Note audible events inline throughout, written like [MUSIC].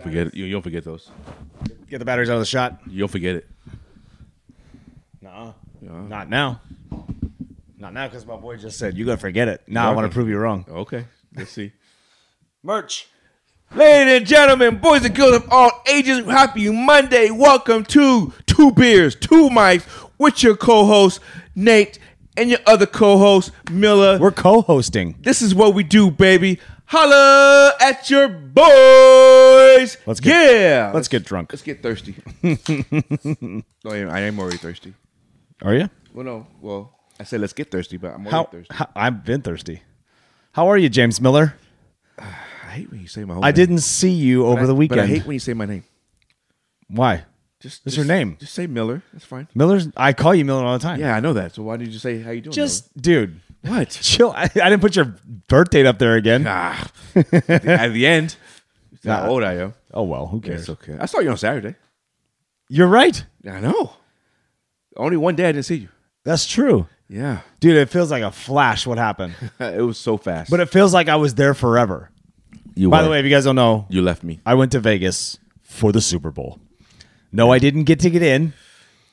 forget it. You, you'll forget those. Get the batteries out of the shot. You'll forget it. Nah, not now. Not now, because my boy just said you're gonna forget it. Nah, I want to prove you wrong. Okay, let's see. Merch. [LAUGHS] Ladies and gentlemen, boys and girls of all ages, happy Monday. Welcome to Two Beers, Two Mics with your co host, Nate, and your other co host, Miller. We're co-hosting. This is what we do, baby. Holla at your boys. Let's get- yeah. Let's get drunk. let's get thirsty. [LAUGHS] no, I am, I am already thirsty. Are you? Well, no. Well, I said let's get thirsty, but I'm already How, thirsty. how- I've been thirsty. How are you, James Miller? I hate when you say my whole I name. didn't see you But over I- the weekend. But I hate when you say my name. Why? Just, That's just your name. Just say Miller. That's fine. Miller's. I call you Miller all the time. Yeah, I know that. So why did you say how you doing? Just, Miller? dude, [LAUGHS] what? chill. I, I didn't put your birth date up there again. Ah, at, the, at the [LAUGHS] end. It's How Nah. old I am? Oh well, who cares? It's okay. I saw you on Saturday. You're right. I know. Only one day I didn't see you. That's true, Yeah, dude. It feels like a flash. What happened? [LAUGHS] it was so fast. But it feels like I was there forever. you By were. the way, if you guys don't know, you left me. I went to Vegas for the Super Bowl. No, I didn't get to get in,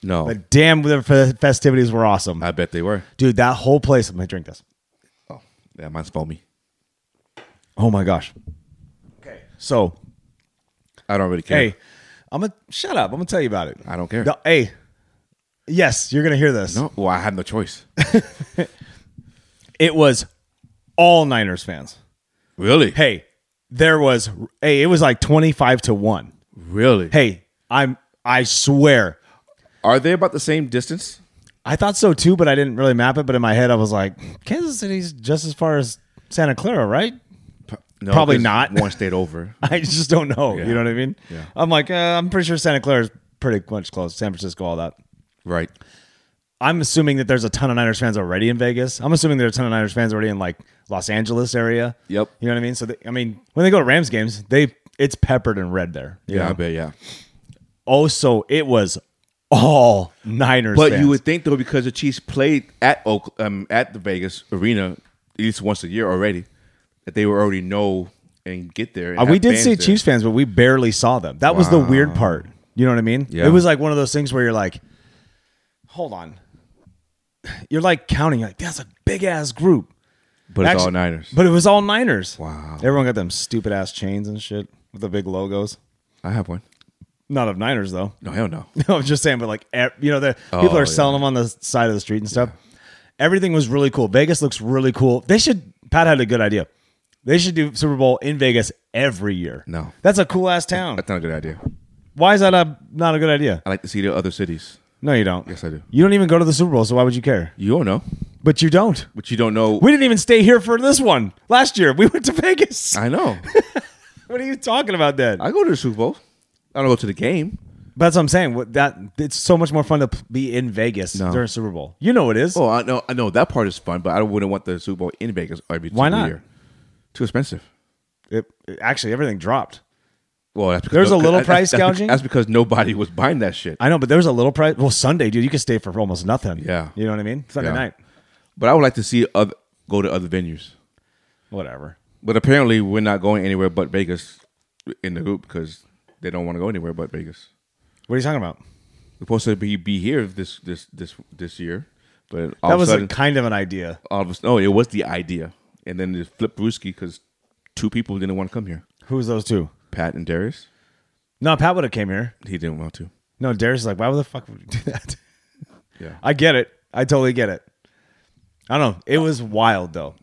No, but damn, the fe- festivities were awesome, I bet they were. dude. That whole place. I'm gonna drink this. Oh, yeah, mine's foamy. Oh my gosh. Okay. So I don't really care. hey, I'm gonna shut up. I'm gonna tell you about it. I don't care. No, hey, yes, you're gonna hear this. No, well, I have no [LAUGHS] choice. It was all Niners fans. really? Hey, there was. Hey, it was like 25 to one. really? Hey, I'm. I swear. Are they about the same distance? I thought so too, but I didn't really map it. But in my head, I was like, Kansas City's just as far as Santa Clara, right? No, Probably 'cause not. One state over. [LAUGHS] I just don't know. Yeah. You know what I mean? Yeah. I'm like, uh, I'm pretty sure Santa Clara's pretty much close. San Francisco, all that. [LAUGHS] right. I'm assuming that there's a ton of Niners fans already in Vegas. I'm assuming there are a ton of Niners fans already in like Los Angeles area. Yep. You know what I mean? So they, I mean, when they go to Rams games, they it's peppered and red there. you Yeah, I know? bet. Yeah. Oh, so it was all Niners. But fans. you would think though, because the Chiefs played at Oak, um, at the Vegas Arena at least once a year already, that they would already know and get there. and Uh, we have did fans see there. Chiefs fans, but we barely saw them. That was the weird part. You know what I mean? Yeah. It was like one of those things where you're like, hold on. You're like counting, you're like, that's a big ass group. but it's all Actu- Niners. But it was all Niners. Wow. Everyone got them stupid ass chains and shit with the big logos. I have one. Not of Niners, though. No, hell no. [LAUGHS] [LAUGHS] No, I'm just saying, but like, ev- you know, the people Oh, are selling them on the side of the street and stuff. Everything was really cool. Vegas looks really cool. They should, Pat had a good idea. They should do Super Bowl in Vegas every year. No. That's a cool ass town. That's not a good idea. Why is that a, not a good idea? I like to see the other cities. No, you don't. Yes, I do. You don't even go to the Super Bowl, so why would you care? You don't know, But you don't. but you don't know. We didn't even stay here for this one. Last year, we went to [LAUGHS] Vegas. I know. what are you talking about then? I go to the Super Bowl. I don't go to the game. But that's what I'm saying. What- That It's so much more fun to p- be in Vegas No. during Super Bowl. You know it is. Oh, I know. I know that part is fun, but I wouldn't want the Super Bowl in Vegas every Why single not? year. Too expensive. It, it- actually, everything dropped. Well, that's because There's a little that's- that's- price that's- gouging? That's because nobody was buying that shit. I know, but there was a little price. Well, Sunday, dude, you could stay for almost nothing. Yeah. You know what I mean? Sunday Yeah. night. But I would like to see other go to other venues. Whatever. But apparently, we're not going anywhere but Vegas in the group because they don't want to go anywhere but Vegas. What are you talking about? We're supposed to be be here this this this this year, but all of That a was sudden, like kind of an idea. all of a sudden, oh, it was the idea, and then it flipped brewski because two people didn't want to come here. Who's those two? Pat and Darius, No, Pat would have came here. he didn't want to. No, Darius is like, why would the fuck would we do [LAUGHS] that? Yeah. I get it. I totally get it. I don't know. It was wild though.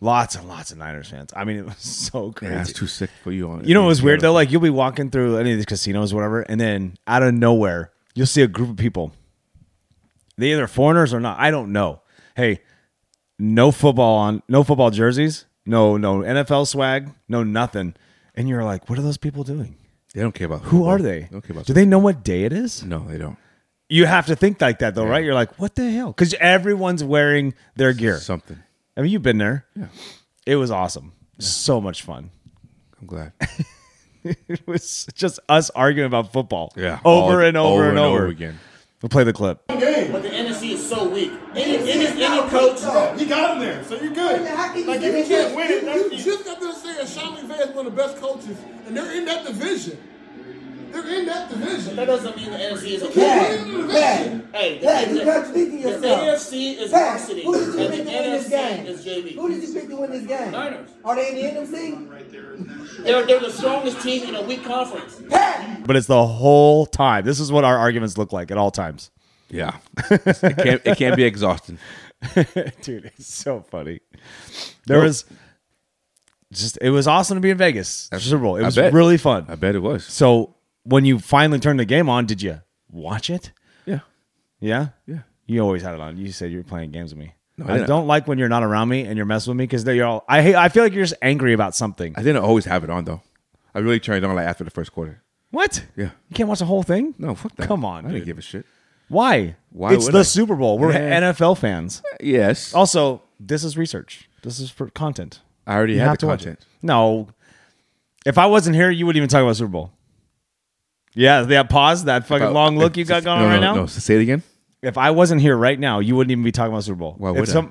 Lots and lots of Niners fans. I mean, it was so crazy. That's too sick for you. On you know what was weird though? Like you'll be walking through any of these casinos, whatever, and then out of nowhere, you'll see a group of people. They either foreigners or not. I don't know. Hey, no football on, no football jerseys, no, no NFL swag, no nothing. And you're like, what are those people doing? They don't care about Who are they? They don't care about Do they know what day it is? no, they don't. you have to think like that though, right? You're like, what the hell? Because everyone's wearing their gear. Something. I mean, you've been there. Yeah. It was awesome. So much fun. I'm glad. It [LAUGHS] was just us arguing about football. Yeah. [LAUGHS] All- Over and over, and over. again. We'll play the clip. But the NFC is so weak. Any, any, any coach, You got him there, so you're good. How can you like, give if it you can't to- win you- it, you that's- just got to say that Sean McVay is one of the best coaches, and they're in that division. They're in that division. That doesn't mean the NFC is a Yeah. division. Bad. Hey, that's Bad. Bad. You're it. contradicting The yourself. AFC is Bad. varsity, Who did you and pick the to win this NFC game? is JV. Who did you pick to win this game? Niners. Are they in the NFC? They're, they're the strongest team in a weak conference. Bad. But it's the whole time. This is what our arguments look like at all times. [LAUGHS] Yeah, it can't it can't be exhausting. Dude, it's so funny. There was just it was awesome to be in Vegas. Super Bowl. It I was bet. really fun. I bet it was. So when you finally turned the game on, did you watch it? Yeah, Yeah? Yeah. You always had it on. You said you were playing games with me. No, I I, didn't. don't like when you're not around me and you're messing with me because you're all I hate I feel like you're just angry about something. I didn't always have it on though. I really turned it on like after the first quarter. What? Yeah. You can't watch the whole thing? No, fuck that. Come on, I dude. didn't give a shit. Why? Why It's would the I? Super Bowl. We're Yeah. NFL fans. Yes, Also, this is research. This is for content. I already You had have the to watch content. it. No. If I wasn't here, you wouldn't even talk about Super Bowl. Yeah, that pause, that fucking Uh, long look you got going no, on right no, now. No, say it again. If I wasn't here right now, you wouldn't even be talking about Super Bowl. Why If would I?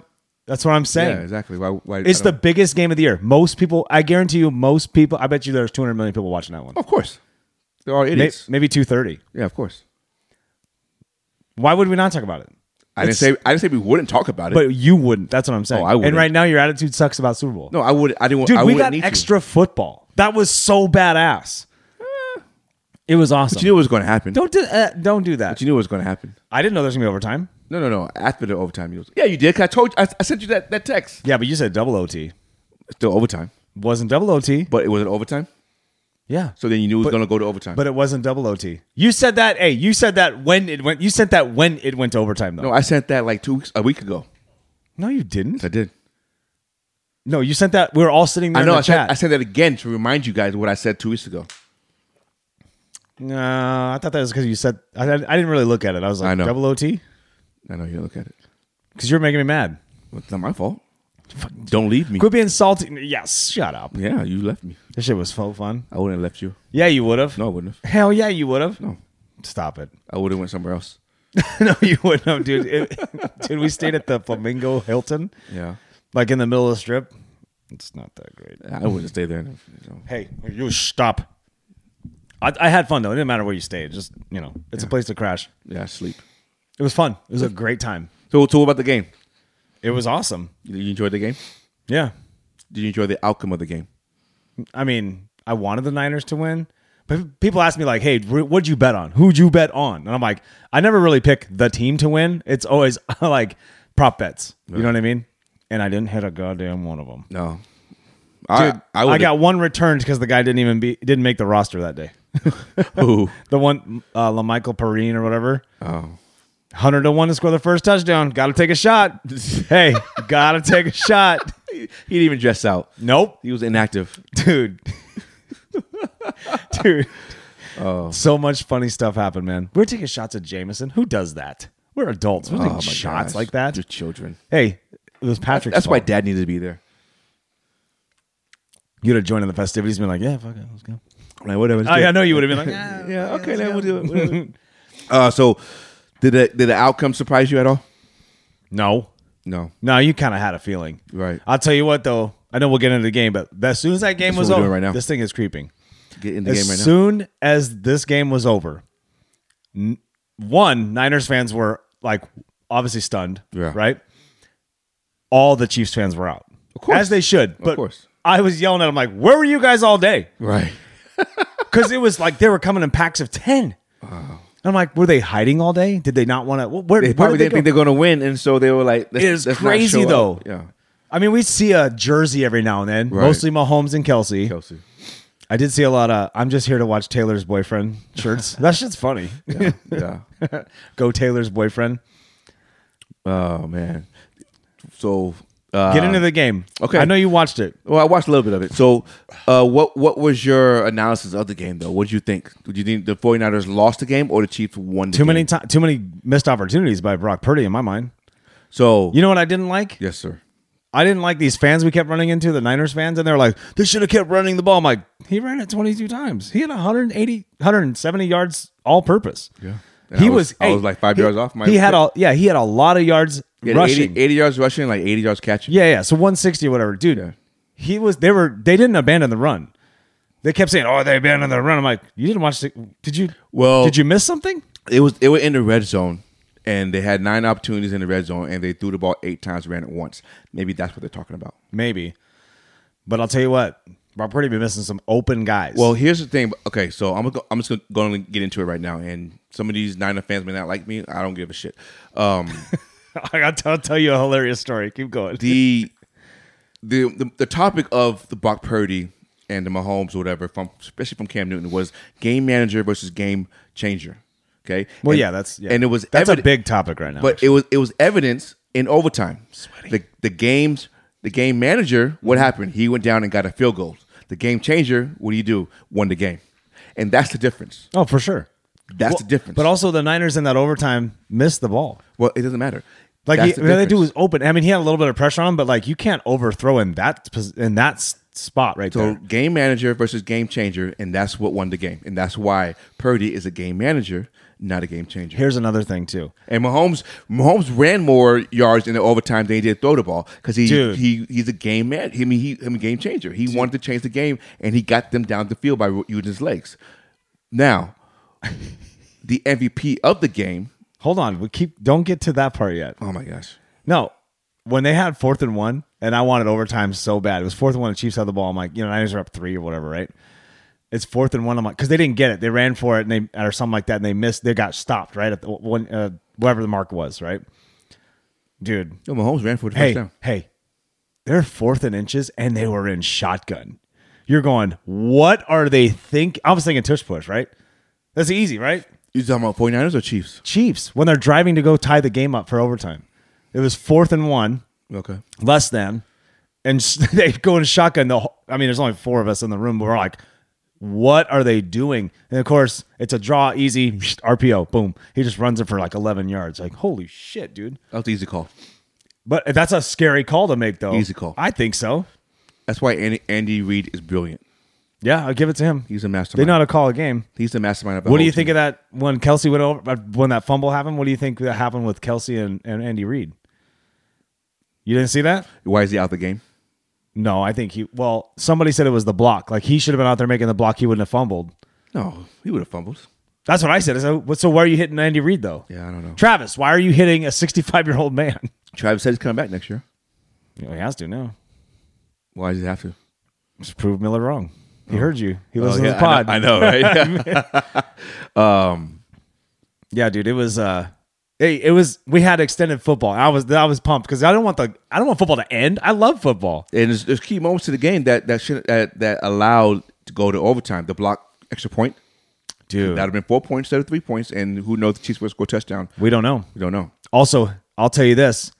that's what I'm saying. Yeah, exactly. Why? why It's I the don't- biggest game of the year. Most people, I guarantee you, most people. I bet you there's 200 million people watching that one. Of course, they're all May- idiots. maybe 230. yeah, of course. Why would we not talk about it? I didn't It's- say. I didn't say we wouldn't talk about it. But you wouldn't. That's what I'm saying. Oh, I wouldn't. And right now, your attitude sucks about Super Bowl. no, I would. I didn't. want- dude, I we wouldn't got need to. extra football. That was so badass. It was awesome. But you knew it was going to happen. don't do uh, don't do that. But you knew it was going to happen. I didn't know there's gonna be overtime. No, no, no. After the overtime, you was, yeah, you did. 'cause I told you, I, I sent you that, that text. Yeah, but you said double OT. Still overtime, Wasn't double OT? but it wasn't overtime. Yeah. So then you knew it was But- going to go to overtime. But it wasn't double OT. You said that. Hey, you said that when it went. You sent that when it went to overtime though. no, I sent that like two weeks, a week ago. no you didn't. I did. No, you sent that. We were all sitting there. I know. In the I chat. sent, I sent that again to remind you guys what I said two weeks ago. No, I thought that was because you said. I, I didn't really look at it. I was like, I know. double OT, I know you didn't look at it. because you're making me mad. Well, it's not my fault. Don't leave me. Quit being salty. Yes, shut up. Yeah, you left me. This shit was so fun. I wouldn't have left you. Yeah, you would have. No, I wouldn't have. Hell yeah, you would have. No, Stop it. I would have went somewhere else. [LAUGHS] no, you wouldn't have, dude. It- [LAUGHS] dude, we stayed at the Flamingo Hilton, Yeah, like in the middle of the strip. It's not that great. I wouldn't stay there. you know. Hey, you stop. I, I had fun though. It didn't matter where you stayed. Just you know, it's a place to crash. Yeah, sleep. It was fun. It was a great time. So, so what about the game? It was awesome. You, you enjoyed the game? Yeah. Did you enjoy the outcome of the game? I mean, I wanted the Niners to win, but people ask me like, "Hey, wh- what'd you bet on? Who'd you bet on?" And I'm like, I never really pick the team to win. It's always [LAUGHS] like prop bets. You know what I mean? And I didn't hit a goddamn one of them. No, Dude, I, would've- got one returned because the guy didn't even be didn't make the roster that day. [LAUGHS] [LAUGHS] Who? The one uh, Lamichael Perrine or whatever, Oh. hundred to one to score the first touchdown. Got to take a [LAUGHS] shot. hey, gotta take a [LAUGHS] shot. He didn't even dress out. Nope. He was inactive. dude [LAUGHS] dude Oh. so much funny stuff happened man we're taking shots at jameson who does that we're adults we're Oh, taking my shots gosh. like that You're children. hey it was patrick's That's why fault. dad needed to be there. you'd have joined in the festivities and been like Oh, yeah fuck it let's go Like, whatever. I, I know you would have been [LAUGHS] like yeah. Yeah, okay, then we'll do it. whatever. [LAUGHS] uh, so, did the, did the outcome surprise you at all? no No. no you kind of had a feeling Right. i'll tell you what though i know we'll get into the game but as soon as that game That's was what we're over doing right now. this thing is creeping Get in the as game right soon as this game was over, n- one Niners fans were like obviously stunned, Yeah. right? All the Chiefs fans were out, of course. as they should. But course. I was yelling at them like, "Where were you guys [LAUGHS] all day?" now. Right. Because it was like they were coming in packs of ten. I'm like, were they hiding all day? Did they not want to? Where, They where probably did didn't they think go? they're going to win, and so they were like, let's, It is let's not crazy, show up. though. Yeah. I mean, we see a jersey every now and then, Right. mostly Mahomes and Kelsey. Kelsey. I did see a lot of "I'm just here to watch Taylor's boyfriend" [LAUGHS] shirts. that shit's funny. Yeah. yeah. [LAUGHS] Go Taylor's boyfriend. oh, man. So, uh, Get into the game. okay. I know you watched it. well, I watched a little bit of it. So, uh, what what was your analysis of the game, though? What did you think? Did you think the 49ers lost the game or the Chiefs won the Too game? many ti too many missed opportunities by Brock Purdy in my mind. So, You know what I didn't like? yes, sir. I didn't like these fans we kept running into, the Niners fans, and they're like, they should have kept running the ball. I'm like, he ran it 22 times. He had 180, 170 yards all purpose. Yeah. And He I was, was- I hey, was like five he- yards off my- he had all yeah, he had a lot of yards He had rushing. 80, 80 yards rushing, like 80 yards catching. Yeah, yeah. So 160 or whatever. Dude, Yeah. he was they were they didn't abandon the run. They kept saying, "Oh, they abandoned their run." I'm like, "You didn't watch the? Did you? Well- did you miss something?" It was it were in the red zone, and they had nine opportunities in the red zone, and they threw the ball eight times, ran it once. Maybe that's what they're talking about. Maybe, but I'll tell you what, Brock Purdy been missing some open guys. [LAUGHS] Well, here's the thing. Okay, so I'm go, I'm just going to get into it right now, and some of these Niner fans may not like me. I don't give a shit. Um, I got to I'll tell you a hilarious story. Keep going. the, the the the topic of the Brock Purdy and the Mahomes, or whatever, from especially from Cam Newton, was game manager versus game changer. Okay. well, And- yeah, that's yeah. and it was that's a evident- big topic right now. But it was it was evidence in overtime. The the games the game manager, Mm-hmm. what happened? He went down and got a field goal. The game changer, what do you do? Won the game. And that's the difference. oh, for sure, That's Well, the difference. But also, the Niners in that overtime missed the ball. well, it doesn't matter. Like That's he, the what they do difference. is open. I mean, he had a little bit of pressure on him, but like you can't overthrow in that pos- in that s- spot right so there. game manager versus game changer, and that's what won the game. And that's why Purdy is a game manager, not a game changer. Here's another thing too. And Mahomes, Mahomes ran more yards in the overtime than he did throw the ball because he, Dude. he he's a game man. He I mean he him a game changer. He wanted to change the game and he got them down the field by using his legs. [LAUGHS] Now, the MVP of the game. Hold on, we keep don't get to that part yet. Oh my gosh! No, when they had fourth and one, and I wanted overtime so bad. It was fourth and one. The Chiefs had the ball. I'm like, you know, Niners are up three or whatever, right? It's fourth and one. I'm like, because they didn't get it. They ran for it and they or something like that, and they missed. They got stopped right at the one, uh, whatever the mark was, right? Dude, No, Mahomes ran for the first hey, down. hey, they're fourth and inches, and they were in shotgun. You're going, what are they think? I was thinking tush push, right? That's easy, right? You talking about 49ers or Chiefs? Chiefs when they're driving to go tie the game up for overtime. It was fourth and one, Okay. less than, and s- [LAUGHS] they go in shotgun. The whole, I mean, there's only four of us in the room. But we're like, what are they doing? And of course, it's a draw, easy RPO, boom. He just runs it for like 11 yards. Like, holy shit, dude! That was the easy call. But that's a scary call to make, though. Easy call. I think so. That's why Andy, Andy Reid is brilliant. Yeah, I'll give it to him. He's a They mastermind. know how to call a game. he's the mastermind. Of the What do whole you think team. of that when Kelsey went over uh, when that fumble happened? What do you think that happened with Kelsey and, and Andy Reid? You didn't see that? Why is he out the game? No, I think he. Well, somebody said it was the block. Like he should have been out there making the block. He wouldn't have fumbled. No, he would have fumbled. That's what I said. I said, "What- so why are you hitting Andy Reid though? Yeah, I don't know. Travis, why are you hitting a 65 year old [LAUGHS] man? Travis said he's coming back next year. You know, he has to now. Why does he have to? Just prove Miller wrong. He heard you. He listened Oh. yeah, to the pod. I know, I know, right? [LAUGHS] [LAUGHS] Yeah, dude, it was uh hey, it was we had extended football. I was I was pumped because I don't want the I don't want football to end. I love football. and there's, there's key moments to the game that that should that, that allowed to go to overtime. The block extra point Dude. that'd have been four points instead of three points, and who knows the Chiefs would score a touchdown. we don't know. We don't know. Also, I'll tell you this.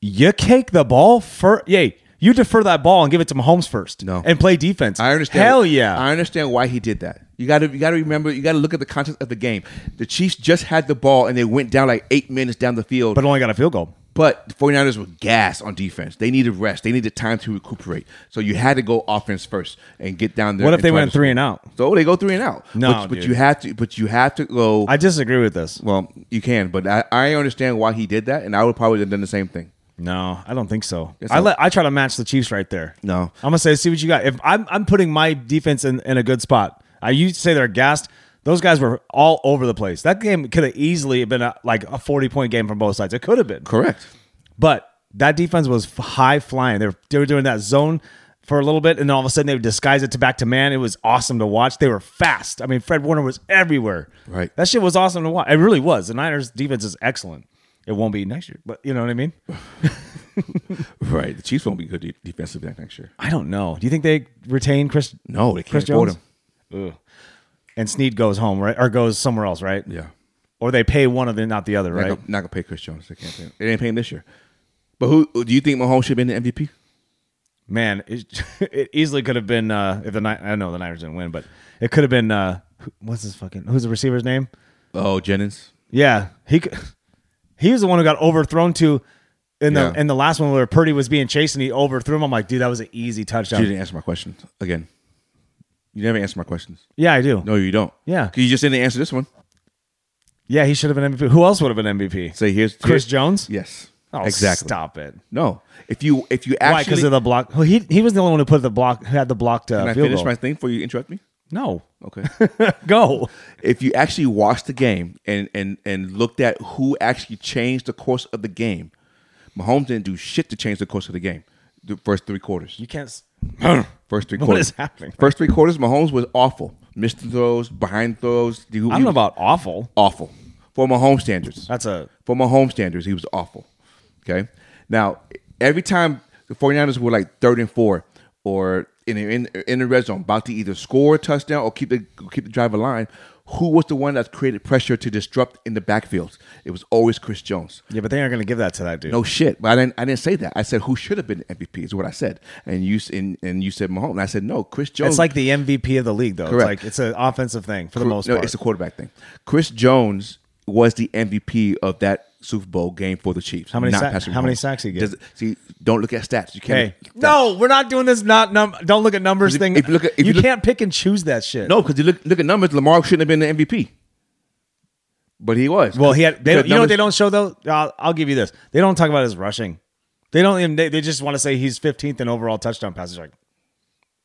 You take the ball for yay, you defer that ball and give it to Mahomes first. No. And play defense. I understand. Hell yeah. I understand why he did that. You got to you got to remember. You got to look at the context of the game. The Chiefs just had the ball and they went down like eight minutes down the field. but only got a field goal. But the 49ers were gas on defense. They needed rest. They needed time to recuperate. So you had to go offense first and get down there. What if and they try went to three score. and out? So they go three and out. No, but, but dude. you have to. But you have to go. I disagree with this. Well, you can, but I, I understand why he did that, and I would probably have done the same thing. No, I don't think so. Yes, I I- let I try to match the Chiefs right there. No. I'm gonna say, see what you got. If I'm I'm putting my defense in, in a good spot. I you say they're gassed. Those guys were all over the place. That game could have easily been a, like a 40 point game from both sides. It could have been. Correct. But that defense was f- high flying. They were, they were doing that zone for a little bit, and then all of a sudden they would disguise it to back to man. It was awesome to watch. They were fast. I mean, Fred Warner was everywhere. Right. That shit was awesome to watch. It really was. The Niners' defense is excellent. It won't be next year, but you know what I mean? Right. The Chiefs won't be good de- defensively next year. I don't know. Do you think they retain Chris? No, they can't Chris afford Jones? Ugh. And Snead goes home, right? Or goes somewhere else, right? Yeah. Or they pay one of them, not the other, Not, right? gonna, not gonna pay Chris Jones. They can't pay him. They didn't pay him this year. But who do you think Mahomes should have been the MVP? Man, it, [LAUGHS] it easily could have been uh, if the Ni- I know the Niners didn't win, but it could have been uh, who- what's his fucking who's the receiver's name? Oh, Jennings. Yeah, he c- he was the one who got overthrown to in the Yeah. in the last one where Purdy was being chased and he overthrew him. I'm like, dude, that was an easy touchdown. You didn't answer my question again. You never answer my questions. yeah, I do. No, you don't. Yeah. 'Cause You just didn't answer this one. Yeah, he should have been MVP. Who else would have been MVP? Say here's Chris here's- Jones. Yes. Oh, Exactly. Stop it. No, if you if you Why? Because actually of the block. Well, he he was the only one who put the block. Who had the blocked uh, can I field finish goal. my thing before you interrupt me? no. [LAUGHS] Okay. Go. if you actually watched the game and and and looked at who actually changed the course of the game, Mahomes didn't do shit to change the course of the game. The first three quarters. You can't. s- First three [CLEARS THROAT] What quarters. is happening? First three quarters, Mahomes was awful. Missed the throws, behind throws. He- he I don't know was about awful. awful for Mahomes standards. That's a For Mahomes standards, he was awful. Okay. Now, every time the 49ers were like third and four or in, in, in the red zone, about to either score a touchdown or keep the, keep the drive aligned, who was the one that created pressure to disrupt in the backfield? It was always Chris Jones. yeah, but they aren't going to give that to that dude. No shit. But I didn't. I didn't say that. I said who should have been MVP is what I said. And you s- and, and you said Mahomes. And I said no. Chris Jones. It's like the MVP of the league, though. Correct. It's like it's an offensive thing for the most no, part. it's a quarterback thing. Chris Jones was the MVP of that Super Bowl game for the Chiefs. How many not sack- Patrick how many Mahomes. sacks he get? Does it- see, don't look at stats. You can't. hey, no, we're not doing this. Not num. Don't look at numbers If- thing. if you look at- if you you look- can't pick and choose that shit. no, because you look look at numbers. Lamar shouldn't have been the MVP, but he was. Well, he had. They, you Because know what they numbers- don't show though. I'll, I'll give you this. They don't talk about his rushing. They don't even. They, they just want to say he's 15th in overall touchdown passes. Like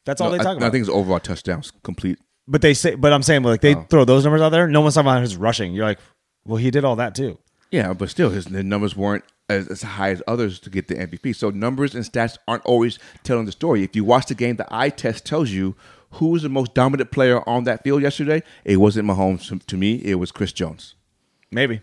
that's all they I- talk I, about. think it's overall touchdowns complete. but they say. But I'm saying like Oh. they throw those numbers out there. No one's talking about his rushing. You're like, well, he did all that too. Yeah, but still, his the numbers weren't as, as high as others to get the MVP. So numbers and stats aren't always telling the story. If you watch the game, the eye test tells you who was the most dominant player on that field yesterday. It wasn't Mahomes to, to me. It was Chris Jones. Maybe.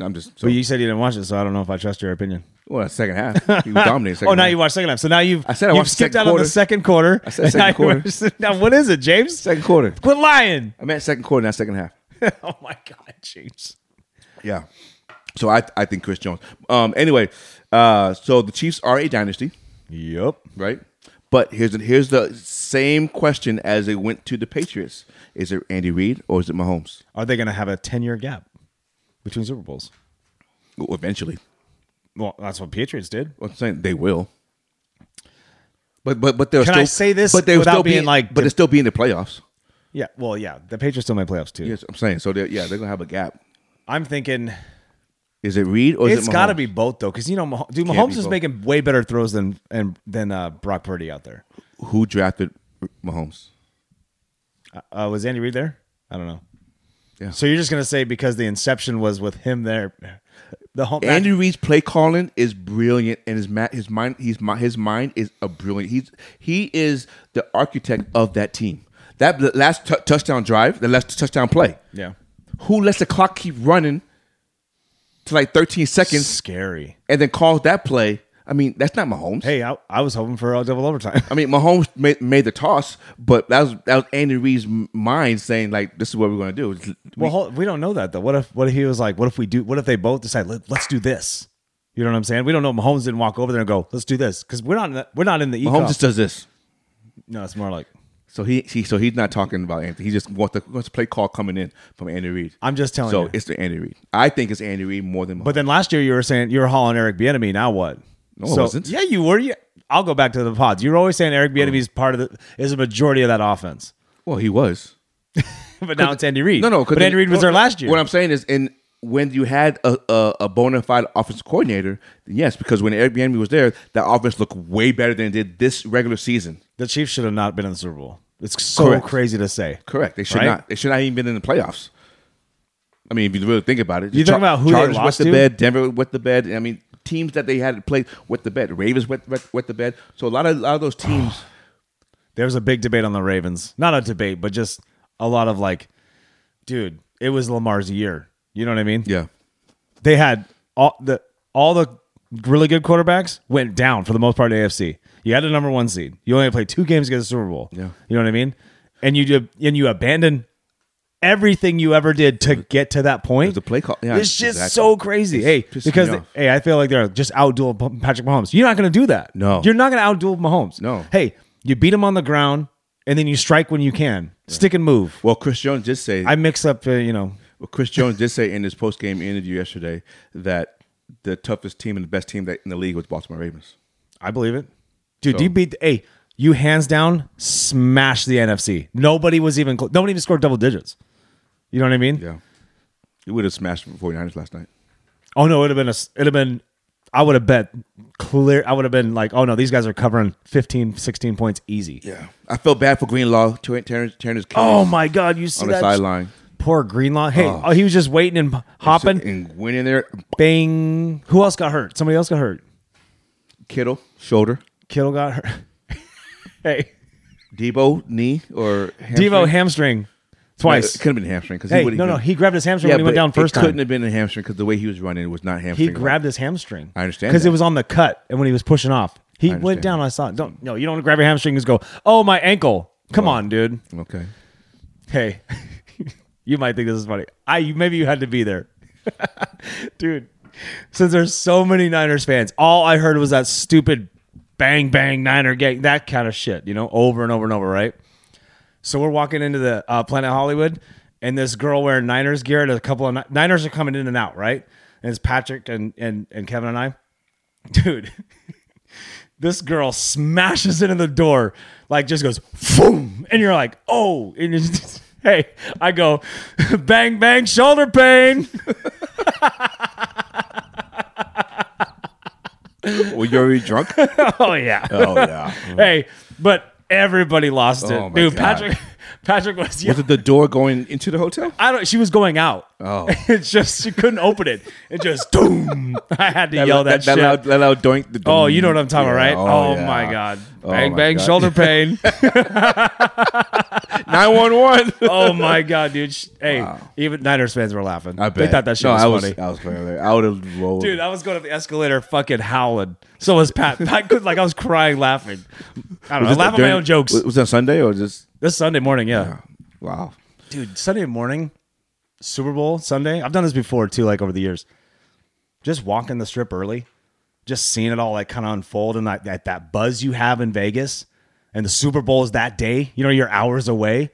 I'm just so But you said you didn't watch it, so I don't know if I trust your opinion. well. Second half, he [LAUGHS] was dominating. Second oh, now half. you watched second half. So now you've I said I you've watched the skipped second out on quarter. the second quarter. I said and [LAUGHS] now second you watched- now what is it, James? second quarter. Quit lying. I meant second quarter, not second half. [LAUGHS] oh my god, James. Yeah. So I I think Chris Jones. Um. Anyway, uh. So the Chiefs are a dynasty. Yep. right? But here's the, here's the same question as it went to the Patriots: Is it Andy Reid or is it Mahomes? Are they going to have a ten year gap between Super Bowls? Well, Eventually, Well, that's what Patriots did. Well, I'm saying they will. But but but they're Can still, I say this But they'll without still be being in- like- but they're still be in the playoffs. Yeah. Well, yeah. The Patriots still made playoffs too. Yes, I'm saying so. They're, yeah, they're gonna have a gap. I'm thinking Is it Reid or is it's it Mahomes? got to be both though, because you know, Mah- dude, Can't Mahomes be is both. making way better throws than and than uh, Brock Purdy out there. who drafted Mahomes. Uh, was Andy Reid there? I don't know. Yeah. So you're just gonna say because the inception was with him there, the home Andy Reid's play calling is brilliant, and his ma- his mind he's mi- his mind is a brilliant. He's he is the architect of that team. That the last t- touchdown drive, the last touchdown play. Yeah. Who lets the clock keep running to like 13 It's seconds scary. and then calls that play? I mean, that's not Mahomes. Hey, I, I was hoping for a double overtime. [LAUGHS] I mean, Mahomes made, made the toss, but that was that was Andy Reid's m- mind saying like, "This is what we're going to do." Well, hold, we don't know that though. What if what if he was like, what if we do? What if they both decide Let, let's do this? You know what I'm saying? We don't know. Mahomes didn't walk over there and go, let's do this because we're not in the, we're not in the e Mahomes just does this. No, it's more like So he, he so he's not talking about anything. He just wants the, wants the play call coming in from Andy Reid. I'm just telling so you. it's the Andy Reid. I think it's Andy Reid more than Mahomes. But then last year you were saying you were hauling Eric Bieniemy. Now what? No, I wasn't. Yeah, you were. You, I'll go back to the pods. You were always saying Eric Bieniemy is part of the is a majority of that offense. [LAUGHS] well, he was. But now it's Andy Reid. No, no. 'cause But then- Andy Reid was there last year. What I'm saying is, in when you had a, a, a bona fide offensive coordinator, yes, because when Eric Bieniemy was there, that offense looked way better than it did this regular season. the Chiefs should have not been in the Super Bowl. It's so Correct. crazy to say. Correct. They should Right? not. They should not even been in the playoffs. I mean, if you really think about it, You the talking about who they Chargers lost with to? the bed, Denver with the bed. I mean, teams that they had to play with the bed, Ravens with, with, with the bed. So a lot of a lot of those [SIGHS] teams. There was a big debate on the Ravens. Not a debate, but just a lot of like, dude, it was Lamar's year. You know what I mean? yeah. They had all the all the really good quarterbacks went down for the most part in the AFC. You had a number one seed. You only played two games against the Super Bowl. Yeah. You know what I mean? And you did, and you abandoned everything you ever did to get to that point. was a play call. Yeah, it's just exactly. so crazy. It's hey, pissing because me off. hey, I feel like they're just outduel P- Patrick Mahomes. You're not going to do that. No. you're not going to outduel Mahomes. No. Hey, you beat him on the ground, and then you strike when you can. Stick and move. Well, Chris Jones did say. I mix up. Uh, you know. well, Chris Jones did say in his post game interview yesterday that the toughest team and the best team that in the league was Baltimore Ravens. I believe it. Dude, So- you beat hey, you hands down smashed the NFC. Nobody was even close. Nobody even scored double digits. You know what I mean? Yeah. You would have smashed the 49ers last night. Oh no, it'd have been a s- it'd have been I would have bet clear. I would have been like, oh no, these guys are covering 15, 16 points easy. Yeah, I felt bad for Greenlaw. Ter- Terrence, Terrence Oh my God, you see on the that sideline. Poor Greenlaw. Hey, oh. he was just waiting and hopping. and went in there. Bang. Who else got hurt? Somebody else got hurt. Kittle shoulder, Kittle got hurt. [LAUGHS] hey, Debo knee or hamstring? Devo hamstring twice. It could have been hamstring because hey, he would no, no, he grabbed his hamstring when he went down first it time. Couldn't have been a hamstring because the way he was running was not hamstring. he grabbed his hamstring. I understand because that. it was on the cut, and when he was pushing off, he went understand down. I saw. it. Don't no, you don't grab your hamstring and just go. Oh, my ankle! Come on, dude. [LAUGHS] Okay, Hey, [LAUGHS] you might think this is funny. I you- maybe you had to be there, [LAUGHS] dude. Since there's so many Niners fans, all I heard was that stupid bang bang Niner gang, that kind of shit. You know, over and over and over, right? So we're walking into the uh, Planet Hollywood, and this girl wearing Niners gear and a couple of Ni- Niners are coming in and out, right? And it's Patrick and and and Kevin and I, [LAUGHS] dude. This girl smashes into the door, like just goes boom, and you're like, oh, and it's just- [LAUGHS] hey, I go, [LAUGHS] bang bang, shoulder pain. [LAUGHS] were you already [LAUGHS] drunk? oh yeah, oh yeah. hey, but everybody lost it, Oh, my dude. God. Patrick, [LAUGHS] Patrick was, Was it the door going into the hotel? I don't. She was going out. [LAUGHS] Oh. it's just she couldn't open it. It just boom. I had to yell that, shit. loud, that loud doink. The oh, you know what I'm talking Yeah, about, right? Oh, yeah. my god. Oh, bang my bang God. [LAUGHS] shoulder pain. 911. [LAUGHS] oh my god, dude. Sh- Hey, even Niners fans were laughing. I bet. They thought that shit no, was I funny. I was playing there. I would have rolled. Dude, I was going up the escalator fucking howling. So was Pat. [LAUGHS] Pat could, like I was crying laughing. I don't know. Was I this laugh at my during- own jokes. Was, was that Sunday or just this Sunday morning, yeah. wow? Dude, Sunday morning, Super Bowl Sunday. I've done this before too, like over the years. Just walking the strip early, just seeing it all like kind of unfold and like that, that buzz you have in Vegas and the Super Bowl is that day. You know, you're hours away.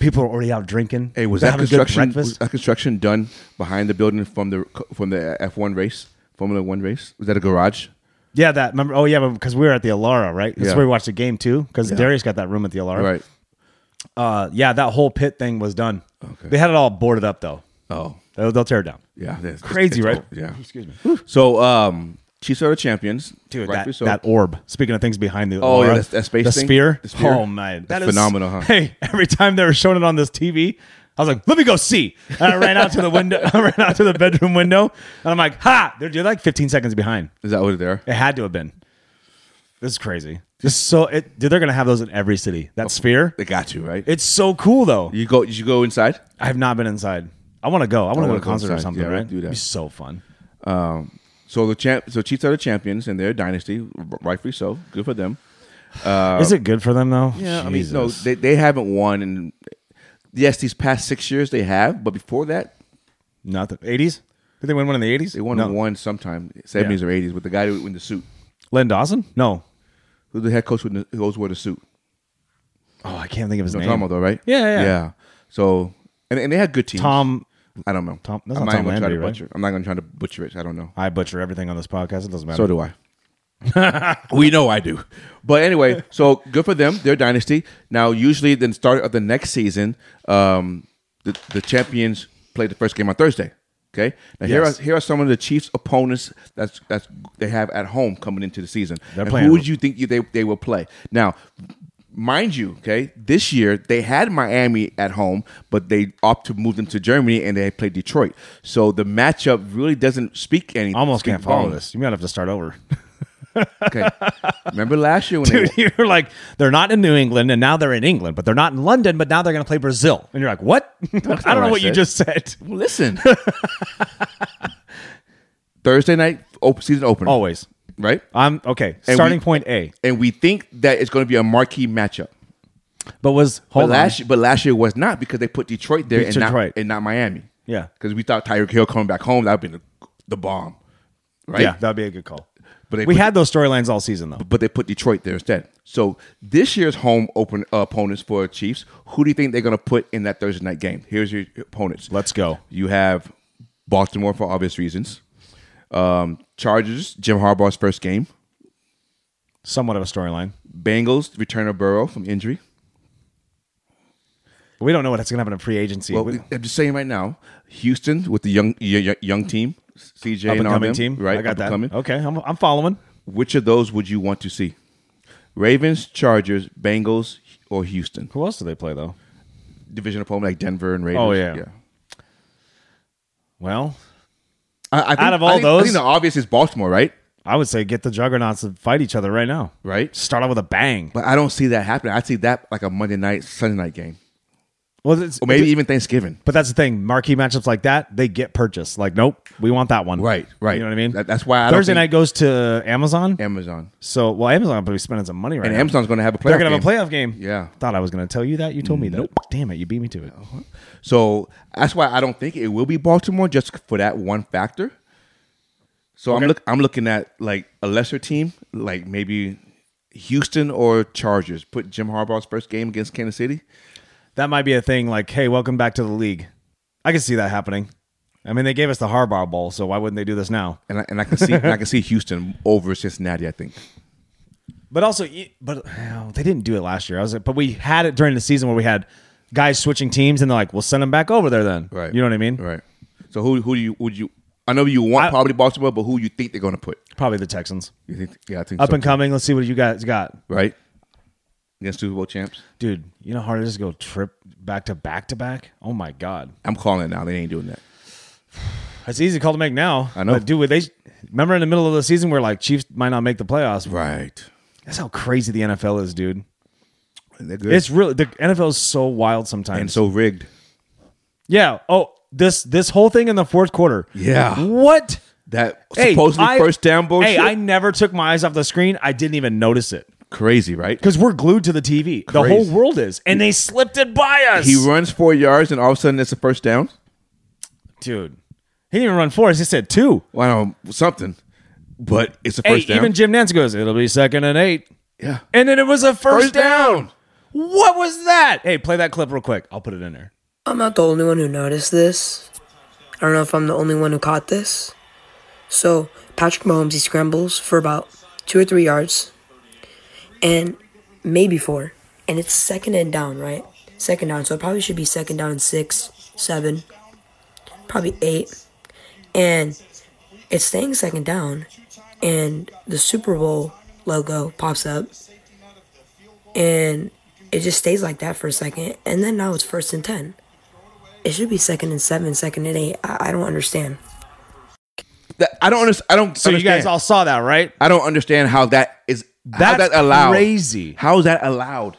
People are already out drinking. Hey, was They're that having good construction? Was breakfast? that construction done behind the building from the from the F1 race, Formula One race? Was that a garage? yeah, that remember oh yeah, because we were at the Alara, right? That's Yeah. where we watched the game too, because Darius got that room at the Alara. Right. Uh, yeah, that whole pit thing was done. Okay. They had it all boarded up though. Oh, They'll, they'll tear it down. yeah. It's- Crazy, right? old. Yeah. Excuse me. So, um, Chiefs are the champions. Dude, Rightfully that, that orb. Speaking of things behind the Oh, yeah, aura, that- that space the thing? sphere. The sphere? Oh man, That's is- phenomenal, huh? [LAUGHS] Hey, every time they were showing it on this TV, I was like, "Let me go see." And I ran out to the window. [LAUGHS] I ran out to the bedroom window, and I'm like, "Ha!" They're, they're like 15 seconds behind. Is that what they're? It had to have been. This is crazy. Just so it, dude, they're gonna have those in every city. That sphere. They got you right. It's so cool though. you go. Did you go inside? I have not been inside. I want to go. I want to go to wanna a go concert or inside. something. Yeah, right? right, do that. It'd be so fun. So the champ. So Chiefs are the champions in their dynasty, rightfully so. Good for them. is it good for them though? Oh. Yeah, I mean, no, Jesus. they, they haven't won, and yes, these past six years they have, but before that Not the 80s? Did they win one in the 80s? they won no. one sometime seventies or eighties with the guy who in the suit, Len Dawson? No. who's the head coach with the, who always wore the suit. Oh, I can't think of his You know what name. I'm talking about though, right? Yeah, yeah. yeah. So and, and they had good teams. Tom. I don't know. Tom- that's I'm not Tom even gonna try Landry, to right? butcher. I'm not going to try to butcher it. I don't know. I butcher everything on this podcast. It doesn't matter. So do I. [LAUGHS] we know I do. But anyway, so good for them, their dynasty. Now, usually, then start of the next season, um, the, the champions play the first game on Thursday. Okay. Now here Yes. are here are some of the Chiefs' opponents that's that's they have at home coming into the season. They're And playing- Who would you think you, they they will play? Now, mind you, okay, this year they had Miami at home, but they opt to move them to Germany and they played Detroit. So the matchup really doesn't speak anything. Almost speak can't follow volumes. this. You might have to start over. [LAUGHS] Okay. Remember last year when Dude, they you're like, they're not in New England, and now they're in England, but they're not in London, but now they're going to play Brazil. And you're like, what? [LAUGHS] I not don't know what [LAUGHS] I what you said. just said. [LAUGHS] listen. Thursday night op- season opener. Always. right? I'm okay. And starting we- point A. And we think that it's going to be a marquee matchup. But was But hold last, on. year, but last year was not because they put Detroit there Beat and Detroit. not and not Miami. Yeah. because we thought Tyreek Hill coming back home that would be the, the bomb, right? Yeah, that'd be a good call. But But they we put- had those storylines all season though. but they put Detroit there instead. So this year's home open uh, opponents for Chiefs. Who do you think they're going to put in that Thursday night game? Here's your opponents. Let's go. You have Baltimore for obvious reasons. Um, Chargers, Jim Harbaugh's first game. Somewhat of a storyline. Bengals, return of Burrow from injury. But we don't know what's going to happen in free agency. Well, We- I'm just saying right now, Houston with the young y- y- young team. CJ Up and and all coming them, team. right? I up got and that. Oh. coming. Okay, I'm, I'm following. Which of those would you want to see? Ravens, Chargers, Bengals, or Houston? Who else do they play though? Division opponent like Denver and Raiders. Oh, yeah. Well, I, I think, Out of all I think- I those- think the obvious is Baltimore, right? I would say get the juggernauts to fight each other right now. Right. Start off with a bang. But I don't see that happening. I see that like a Monday night, Sunday night game, Well, it's, or maybe even Thanksgiving. But that's the thing, marquee matchups like that, they get purchased. Like, nope, we want that one. Right, right. You know what I mean? That- that's why I don't Thursday think- night goes to Amazon. Amazon so, well, Amazon will be spending some money right and now. Amazon's going to have a playoff. They're gonna game. have a playoff game. Yeah. Uh-huh. Thought I was gonna tell you that. You told me that. Nope. Damn it, you beat me to it. So that's why I don't think it will be Baltimore just for that one factor. So I'm look I'm looking at like a lesser team, like maybe Houston or Chargers. Put Jim Harbaugh's first game against Kansas City. That might be a thing. Like, hey, welcome back to the league. I can see that happening. I mean, they gave us the Harbaugh Bowl, so why wouldn't they do this now? And I, and I can see and I can see Houston over Cincinnati, I think. But also, you- but oh, they didn't do it last year. I was, like, but we had it during the season where we had guys switching teams, and they're like, "We'll send them back over there then." You know what I mean? Right. So who who do you would you I know you want I- probably Baltimore, but who you think they're gonna put? Probably the Texans. You think yeah, I think Up so, and coming. Let's see what you guys got, too. right? Against Super Bowl champs. dude. You know how hard it is to go trip back to back to back. Oh my god, I'm calling it now. They ain't doing that. it's easy call to make now. I know. but dude. They remember in the middle of the season where like Chiefs might not make the playoffs. Right. That's how crazy the NFL is, dude. They're good. It's really the NFL is so wild sometimes. and so rigged. yeah. Oh, this this whole thing in the fourth quarter. Yeah. What? That Hey, supposedly I- first down bullshit. Hey, I never took my eyes off the screen. I didn't even notice it Crazy, right? because we're glued to the TV. The whole Crazy. world is, and they slipped it by us. He runs four yards and all of a sudden it's a first down. dude. He didn't even run four. He said two. Well, I don't something, but it's a Hey, first down. even Jim Nance goes, "It'll be second and eight. yeah, and then it was a first, first down. down. What was that? Hey, play that clip real quick. I'll put it in there. I'm not the only one who noticed this. I don't know if I'm the only one who caught this. So, Patrick Mahomes, he scrambles for about two or three yards, and maybe four. And it's second and down, right? Second down. So, it probably should be second down and six, seven, probably eight. And it's staying second down, and the Super Bowl logo pops up, and it just stays like that for a second. And then now it's first and 10. It should be second and seven, second and eight. I, I don't understand. That- I don't understand. I don't. So you understand. guys all saw that, right? I don't understand how that is. how That's that allowed. crazy. How is that allowed?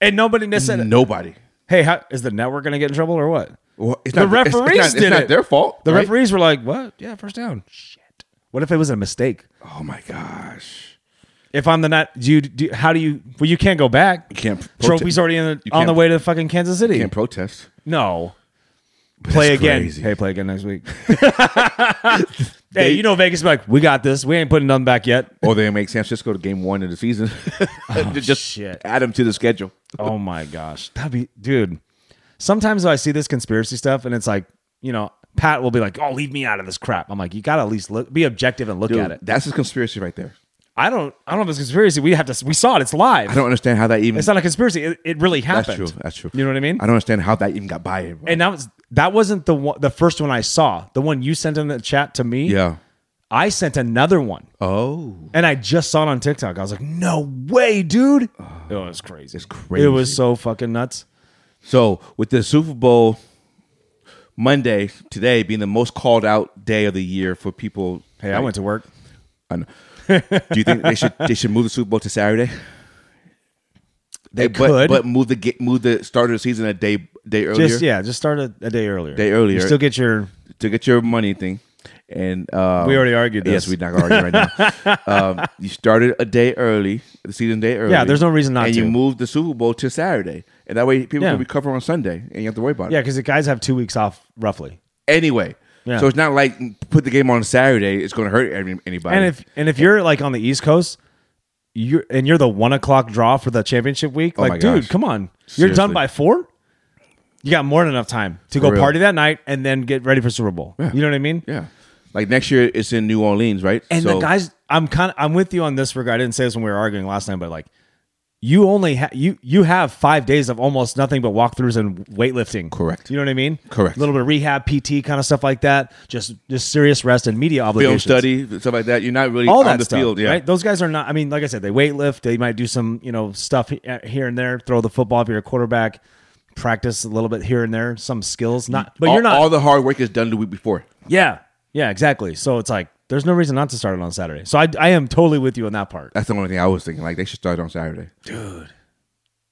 And nobody said, Nobody. "Hey, how, is the network going to get in trouble or what?" Well, it's The not- it's- it's referees not- it's did not it. their fault. The right? referees were like, "What? Yeah, first down." Shit. What if it was a mistake? Oh my gosh. If I'm the net, do you do? How do you? Well, you can't go back. You can't protest. Trophy's already in the, You on the can't- way to fucking Kansas City. Can't protest. no. Play that's again. crazy. Hey, play again [LAUGHS] next week. hey, you know Vegas be like, we got this. We ain't putting nothing back yet. Or Oh, they make San Francisco to game one of the season. [LAUGHS] Just Oh, shit. add them to the schedule. oh my gosh, that'd be dude. Sometimes I see this conspiracy stuff, and it's like, you know, Pat will be like, "Oh, leave me out of this crap." I'm like, you gotta at least look, be objective and look Dude, at it. That's a conspiracy right there. I don't, I don't know if it's a conspiracy. We have to, we saw it. It's live. I don't understand how that even. It's not a conspiracy. It, it really that's happened. true. That's true. You know what I mean? I don't understand how that even got by. it, bro. and that was that wasn't the one, the first one I saw. The one you sent in the chat to me. yeah. I sent another one, Oh. and I just saw it on TikTok. I was like, "No way, dude!" it was crazy. It's crazy. It was so fucking nuts. So with the Super Bowl Monday today being the most called out day of the year for people. Hey, I went to work. to. Do you think they should they should move the Super Bowl to Saturday? They but, could. but move the get move the start of the season a day day earlier. Just yeah, just start a, a day earlier. Day earlier. You still get your to get your money thing. And um, We already argued Yes, this. we're not gonna argue right [LAUGHS] now. um, you started a day early, the season day early. Yeah, there's no reason not and to. you moved the Super Bowl to Saturday, and that way people Yeah. can recover on Sunday, and you have to worry about yeah, it. because the guys have two weeks off roughly. Anyway, Yeah. so it's not like put the game on Saturday; it's going to hurt any- anybody. And if and if you're like on the East Coast, you're and you're the one o'clock draw for the championship week. Oh Like, my dude, gosh. come on, you're Seriously. done by four. You got more than enough time to go real. party that night and then get ready for Super Bowl. You know what I mean? yeah, like next year it's in New Orleans, right? And so, the guys, I'm kind of I'm with you on this regard. I didn't say this when we were arguing last time, but like you only ha- you you have five days of almost nothing but walkthroughs and weightlifting. Correct. You know what I mean? Correct. A little bit of rehab, PT, kind of stuff like that. Just just serious rest and media Film obligations. study, stuff like that. You're not really All on that the stuff, field. Yeah. right? Those guys are not. I mean, like I said, they weightlift. They might do some, you know, stuff he- uh, here and there. Throw the football if you're a quarterback. Practice a little bit here and there. Some skills, not. But all, you're not. All the hard work is done the week before. yeah, yeah, exactly. So it's like there's no reason not to start it on Saturday. So I, I am totally with you on that part. That's the only thing I was thinking. Like they should start on Saturday.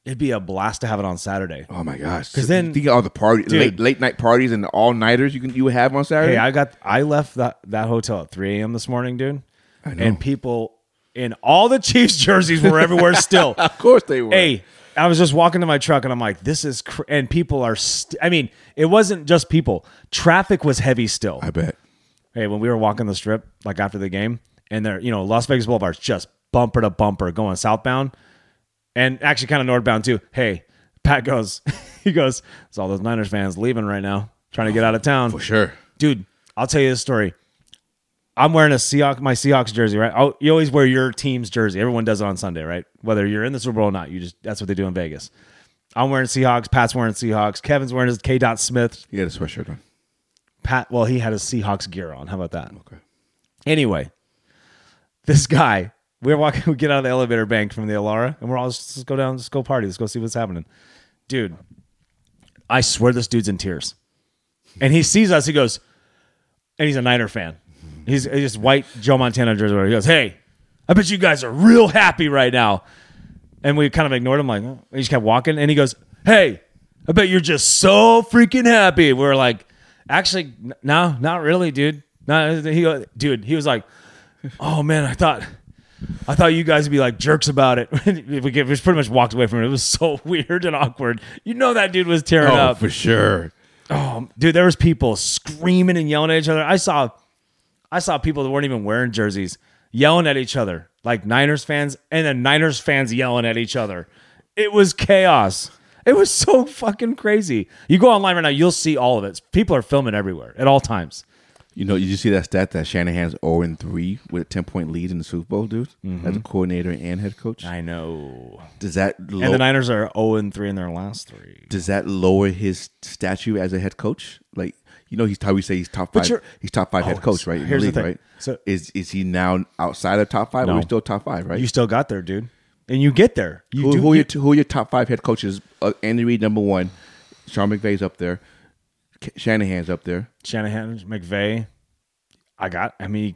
It'd be a blast to have it on Saturday. Oh my gosh! 'Cause then- think of all the party, late, late night parties and the all nighters you can you would have on Saturday. Hey, I got I left that, that hotel at 3 a.m. this morning, dude. know. And people in all the Chiefs jerseys were everywhere still. [LAUGHS] of course they were. hey, I was just walking to my truck and I'm like, this is cr-, and people are st- I mean, it wasn't just people. Traffic was heavy still. I bet. hey, when we were walking the strip, like after the game, and there, you know, Las Vegas Boulevard's just bumper to bumper going southbound and actually kind of northbound too. Hey, Pat goes, [LAUGHS] he goes, it's all those Niners fans leaving right now, trying to get out of town. For sure. Dude, I'll tell you this story. I'm wearing a Seahawks, my Seahawks jersey, right? i you always wear your team's jersey. Everyone does it on Sunday, right? Whether you're in the Super Bowl or not, you just that's what they do in Vegas. I'm wearing Seahawks. Pat's wearing Seahawks. Kevin's wearing his K. Dot Smith. He had a sweatshirt on. Pat, well, he had his Seahawks gear on. How about that? Okay. Anyway, this guy, we're walking, [LAUGHS] we get out of the elevator bank from the Alara, and we're all just, let's go down, let's go party, let's go see what's happening. Dude, I swear this dude's in tears. And he sees us, he goes, and he's a Niner fan. He's he's just white Joe Montana jersey. He goes, Hey, I bet you guys are real happy right now. And we kind of ignored him, like, oh. he just kept walking. And he goes, Hey, I bet you're just so freaking happy. We are like, Actually, n- no, not really, dude. No, he, go- dude, he was like, Oh man, I thought. I thought you guys would be like jerks about it. [LAUGHS] we get- we just pretty much walked away from it. It was so [LAUGHS] weird and awkward. You know that dude was tearing Oh, up for sure. dude there was people screaming and yelling at each other i saw i saw people that weren't even wearing jerseys yelling at each other like niners fans and then niners fans yelling at each other it was chaos it was so fucking crazy you go online right now you'll see all of it people are filming everywhere at all times You know, you just see that stat that Shanahan's 0 and 3 with a 10 point lead in the Super Bowl, dude, Mm-hmm. as a coordinator and head coach. i know Does that and low, the niners are 0 and 3 in their last three does that lower his statue as a head coach? Like, you know, he's how we say he's top But five. you're- He's top five Oh, head coach, right? in here's the thing. right? So- So is is he now outside of top five, No. or he's still top five, right? you still got there dude and you get there you who, do who, are your, get- t- who are your top five head coaches? Uh, Andy Reid number one, Sean McVay's up there, K- Shanahan's up there. Shanahan, McVay. I got. I mean,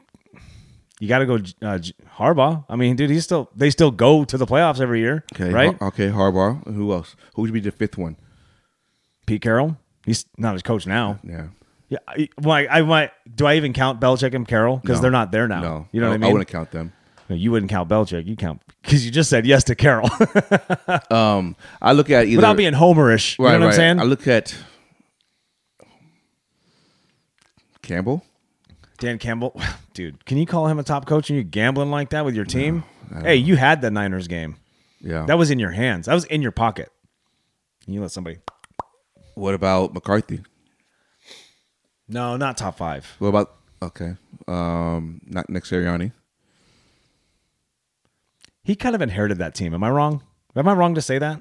you got to go uh, J- Harbaugh. I mean, dude, he's still. They still go to the playoffs every year, Okay, right? Har- okay, Harbaugh. Who else? Who would be the fifth one? Pete Carroll. He's not his coach now. Yeah, Yeah, I, like I might. Do I even count Belichick and Carroll because No. they're not there now? no, you know I, what I I mean. wouldn't count them. No, you wouldn't count Belichick. You count because you just said yes to Carroll [LAUGHS] Um, I look at either without being homerish. You right, know right. what I'm saying? I look at Campbell. Dan Campbell, [SIGHS] dude, can you call him a top coach? And you gambling like that with your team? hey, you had the Niners game. Yeah, That was in your hands. That was in your pocket. And you let somebody. what about McCarthy? No, not top five. What about okay? Um, not Nick Sirianni. He kind of inherited that team. Am I wrong? Am I wrong to say that?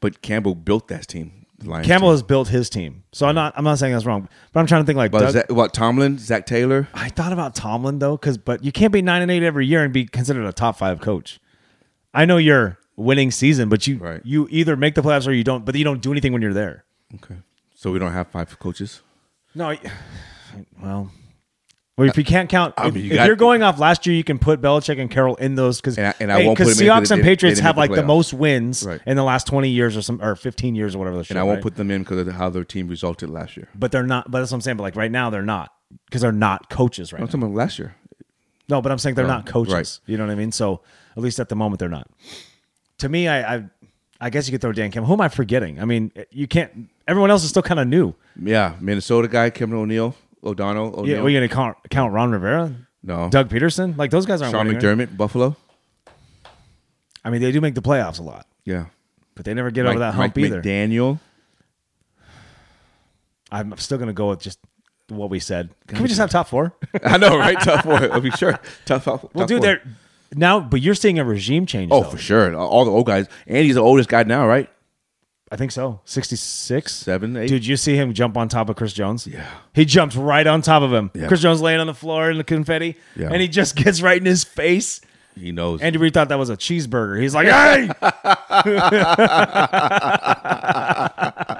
But Campbell built that team. the Lions Campbell team. has built his team, so I'm not. I'm not saying that's wrong, but I'm trying to think like. But Doug, Zach, what Tomlin, Zach Taylor? I thought about Tomlin though, because but you can't be nine and eight every year and be considered a top five coach. I know you're winning season, but you Right. you either make the playoffs or you don't. But you don't do anything when you're there. Okay, so we don't have five coaches. No, I- [SIGHS] well, well, if you can't count, I if, mean, you if got- you're going off last year, you can put Belichick and Carroll in those because And I- and I won't put them in 'cause Seahawks they and didn't- they Patriots didn't have make like the the playoffs. most wins Right. in the last twenty years or some or fifteen years or whatever. The shit, And I won't right? put them in because of how their team resulted last year. but they're not. But that's what I'm saying. But like right now, they're not because they're not coaches right I'm now. talking about last year. No, but I'm saying they're not coaches. right. You know what I mean? So at least at the moment, they're not. To me, I, I, I guess you could throw Dan Campbell. Who am I forgetting? I mean, eh, you can't. Everyone else is still kind of new. Yeah, Minnesota guy Kevin O'Neal, O'Donnell, O'Neal. Yeah, we're gonna count, count Ron Rivera, no, Doug Peterson. Like those guys aren't. Sean winning, right? McDermott, Buffalo. I mean, they do make the playoffs a lot, Yeah, but they never get over that hump Mike either. [LAUGHS] McDaniel. I'm still going to go with just what we said. Can we just have top four? [LAUGHS] I know, right? Tough one. I'll be sure. Tough. tough Well, tough dude, one. they're now, but you're seeing a regime change. Oh, though. for sure. All the old guys. Andy's the oldest guy now, right? I think so. 66? Seven, eight. Dude, you see him jump on top of Chris Jones? Yeah. He jumps right on top of him. Yeah. Chris Jones laying on the floor in the confetti, Yeah. and he just gets right in his face. He knows. Andy Reid thought that was a cheeseburger. He's like, hey!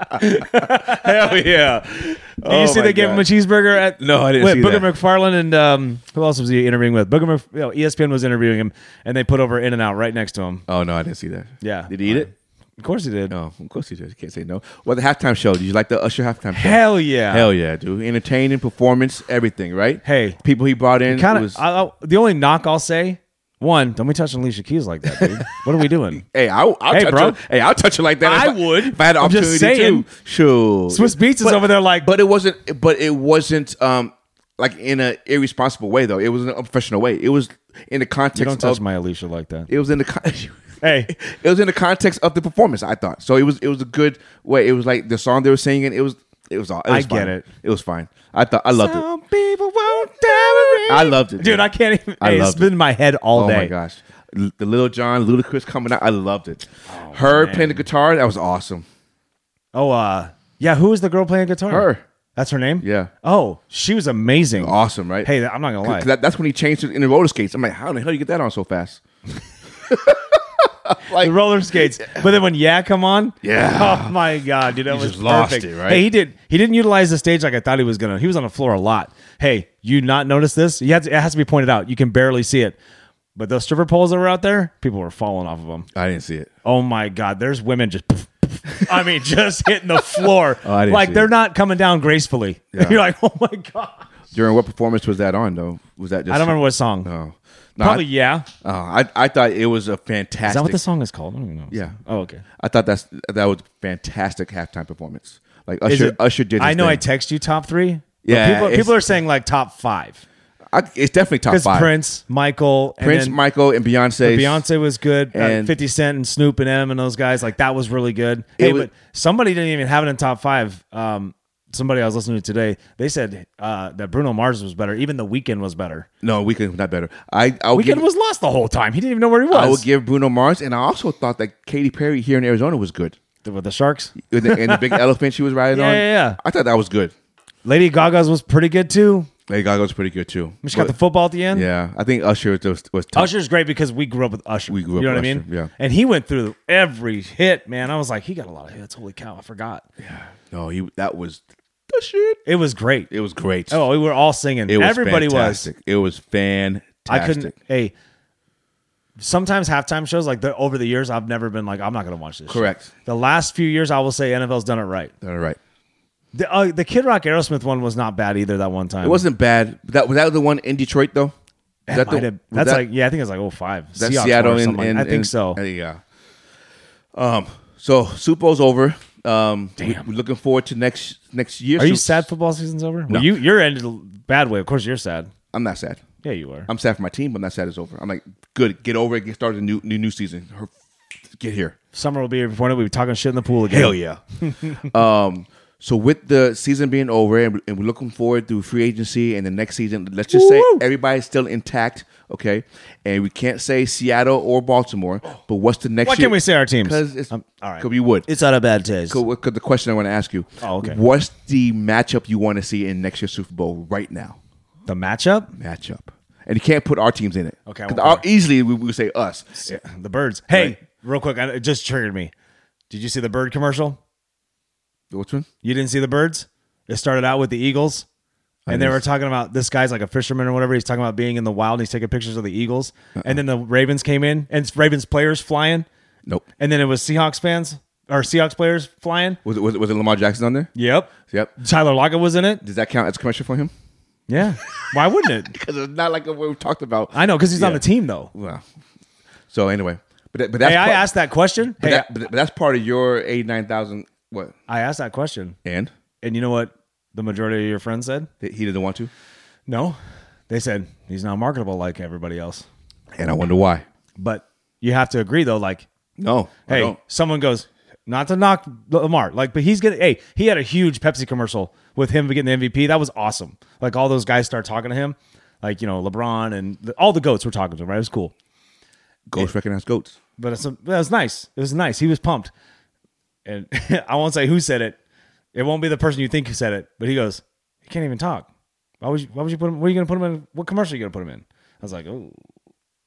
[LAUGHS] Hell yeah. Did Oh you see my they gave him a God. cheeseburger at No, I didn't Wait, see Booger that. McFarland and um, who else was he interviewing with? Booger Mc, you know, E ESPN was interviewing him and they put over In and Out right next to him. oh no, I didn't see that. Yeah. Did he eat it? Of course he did. No, of course he did. You can't say no. Well, the halftime show. Did you like the Usher halftime show? Hell yeah. Hell yeah, dude. Entertaining, performance, everything, right? Hey. People he brought in. kind was- of. I, I- the only knock I'll say, one, don't be touching Alicia Keys like that, dude. what are we doing? [LAUGHS] Hey, I'll, I'll Hey, touch bro. her. Hey, I'll touch her like that. I if would. If I had an I'm opportunity just saying. to. Sure. Swiss Beats is But- over there like, But it wasn't. But it wasn't. Um, like in an irresponsible way though. It was in an unprofessional way. It was in the context. you don't touch of, my Alicia like that. It was in the. Con- [LAUGHS] Hey, it was in the context of the performance. I thought so. It was it was a good way. It was like the song they were singing. It was it was all. It I was get fine. it. It was fine. I thought I loved it. Some people [LAUGHS] won't tolerate- I loved it, dude. dude. I can't even. I hey, it's loved been it. in my head all Oh day. my gosh, L- the Little John Ludacris coming out. I loved it. Her playing the guitar. That was awesome. Oh, uh, yeah. Who is the girl playing guitar? Her. That's her name. Yeah. Oh, she was amazing. Awesome, right? Hey, I'm not gonna lie. Cause that- that's when he changed it in the roller skates. I'm like, how in the hell you get that on so fast? the [LAUGHS] roller skates. But then when Yeah come on, Yeah. oh my god, dude, that was just lost perfect. it, right? Hey, he did. He didn't utilize the stage like I thought he was gonna. He was on the floor a lot. Hey, you not notice this? You have to, it has to be pointed out. You can barely see it. But those stripper poles that were out there, people were falling off of them. I didn't see it. Oh my god, there's women just. I mean, just hitting the [LAUGHS] floor. I didn't like see they're it. not coming down gracefully. [LAUGHS] Yeah. You're like, oh my god. During what performance was that on though? Was that just I don't remember what song. Oh. No, Probably I, yeah. oh, I I thought it was a fantastic. Is that what the song is called? I don't even know. Yeah. Oh, okay. I thought that's that was fantastic halftime performance. Like Is Usher, it- Usher did. His I know I thing. text you top three. but Yeah, people, it's- people are saying like top five I- it's definitely top because five. Prince, Michael, and Prince, then Michael, and Beyonce. Beyonce was good, and and- Fifty Cent and Snoop and M and those guys like that was really good. It Hey, was- but somebody didn't even have it in top five. Um, somebody I was listening to today, they said uh, that Bruno Mars was better. Even The Weeknd was better. No, Weekend was not better. I I would Weekend give, was lost the whole time. He didn't even know where he I would was. give Bruno Mars, and I also thought that Katy Perry here in Arizona was good. With the Sharks, And the, and the [LAUGHS] big elephant she was riding Yeah, on. yeah, yeah. I thought that was good. Lady Gaga's was pretty good too. Lady Gaga's pretty good too. She got the But- football at the end. yeah, I think Usher was, was top. Usher's great because we grew up with Usher. We grew up you know with what I Usher, mean? yeah. And he went through every hit, man. I was like, he got a lot of hits. Holy cow, I forgot. No, he that was the shit. It was great. It was great. oh, we were all singing. it was Everybody fantastic. It was fantastic. was. I couldn't. Hey, sometimes halftime shows like the, over the years, I've never been like, I'm not going to watch this. shit. Correct. The last few years, I will say NFL's done it right. All right. The, uh, the Kid Rock Aerosmith one was not bad either. That one time, It wasn't bad. But that was that the one in Detroit though. Is That the- might have- was that's that- like yeah, I think it's like oh five. Is that Seahawks Seattle or and, something like- and I think and- so. uh, Yeah. Um. So Super Bowl's over. Um. We, Damn. we're looking forward to next next year. Are you Sup- sad football season's over? Well, you you're ended a bad way. Of course, you're sad. I'm not sad. Yeah, you are. I'm sad for my team, but I'm not sad it's over. I'm like, good. Get over it. Get started a new new new season. Her- Get here. Summer will be here before it. We'll be talking shit in the pool again. Hell yeah. um. So with the season being over and we- and we're looking forward to free agency and the next season, let's just say Woo! everybody's still intact, okay? And we can't say Seattle or Baltimore, but what's the next? Why can't we say our teams? Because it's Um, all right. Because we would. It's not a bad taste. So, what could the question I want to ask you? Oh, okay. What's the matchup you want to see in next year's Super Bowl right now? The matchup, Matchup, and you can't put our teams in it. Okay, I 'Cause won't our- put easily we would say us. the birds. Hey, Right. real quick, I, it just triggered me. Did you see the bird commercial? Which one? You didn't see the birds? It started out with the eagles, and they didn't were see- talking about this guy's like a fisherman or whatever. He's talking about being in the wild. and He's taking pictures of the eagles, Uh-uh. and then the Ravens came in, and it's Ravens players flying, Nope. and then it was Seahawks fans or Seahawks players flying. Was it, was it was it Lamar Jackson on there? Yep. Yep. Tyler Lockett was in it. Does that count as a commercial for him? Yeah. [LAUGHS] Why wouldn't it? Because it's not like what we talked about. I know because he's on Yeah. the team though. Wow. So anyway, but that, but that's Hey, I part- asked that question. But, Hey, that- but that's part of your eighty nine thousand. What I asked that question, and and you know what? The majority of your friends said That he didn't want to, no. They said he's not marketable like everybody else. and I wonder why. But you have to agree though. Like, No, I hey, don't. someone goes not to knock Lamar, like, but he's gonna. Hey, he had a huge Pepsi commercial with him getting the MVP. That was awesome. Like all those guys start talking to him, like you know LeBron and the, all the goats were talking to him. Right, it was cool. Goats recognize goats. but it's, that was nice. It was nice. He was pumped. And [LAUGHS] I won't say who said it. It won't be the person you think who said it. But he goes, he can't even talk. Why would you? Why would you put him? What are you going to put him in? What commercial are you going to put him in? I was like, oh,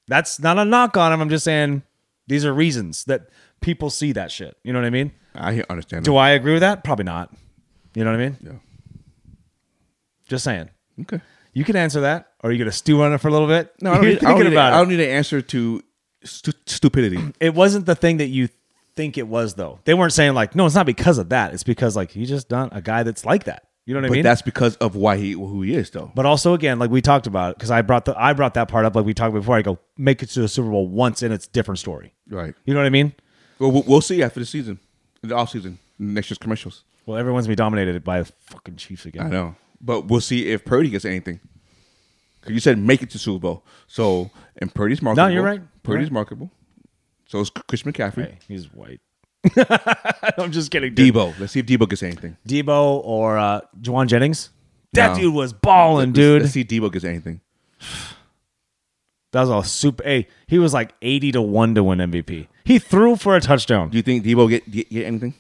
that's not a knock on him. I'm just saying these are reasons that people see that shit. You know what I mean? I understand. Do I agree with that? Probably not. You know what I mean? Yeah. Just saying. Okay. You can answer that, or you going to stew on it for a little bit. No, I don't, [LAUGHS] You're need, I, don't thinking need a- about it. I don't need an answer to stu- [CLEARS THROAT] stupidity. it wasn't the thing that you think it was though. They weren't saying like, no, it's not because of that. It's because like he just done a guy that's like that. You know what I But mean? that's because of why he who he is, though. but also again, like we talked about, because I brought the I brought that part up like we talked before. I go make it to the Super Bowl once and it's a different story. Right. You know what I mean? Well, we'll we'll see after the season, the off season, next year's commercials. Well, everyone's gonna be dominated by the fucking Chiefs again. I know, but we'll see if Purdy gets anything. 'Cause you said make it to Super Bowl, so and Purdy's marketable. you're right. You're Purdy's right. marketable. So is Chris McCaffrey, Hey, he's white. [LAUGHS] I'm just kidding. Dude. Debo. Let's see if Debo gets anything. Debo or uh Juwan Jennings. That No. dude was balling, Let's- dude. let's see if Debo gets anything. That was a super. Hey, he was like eighty to one to win MVP. He threw for a touchdown. Do you think Debo get get, get anything?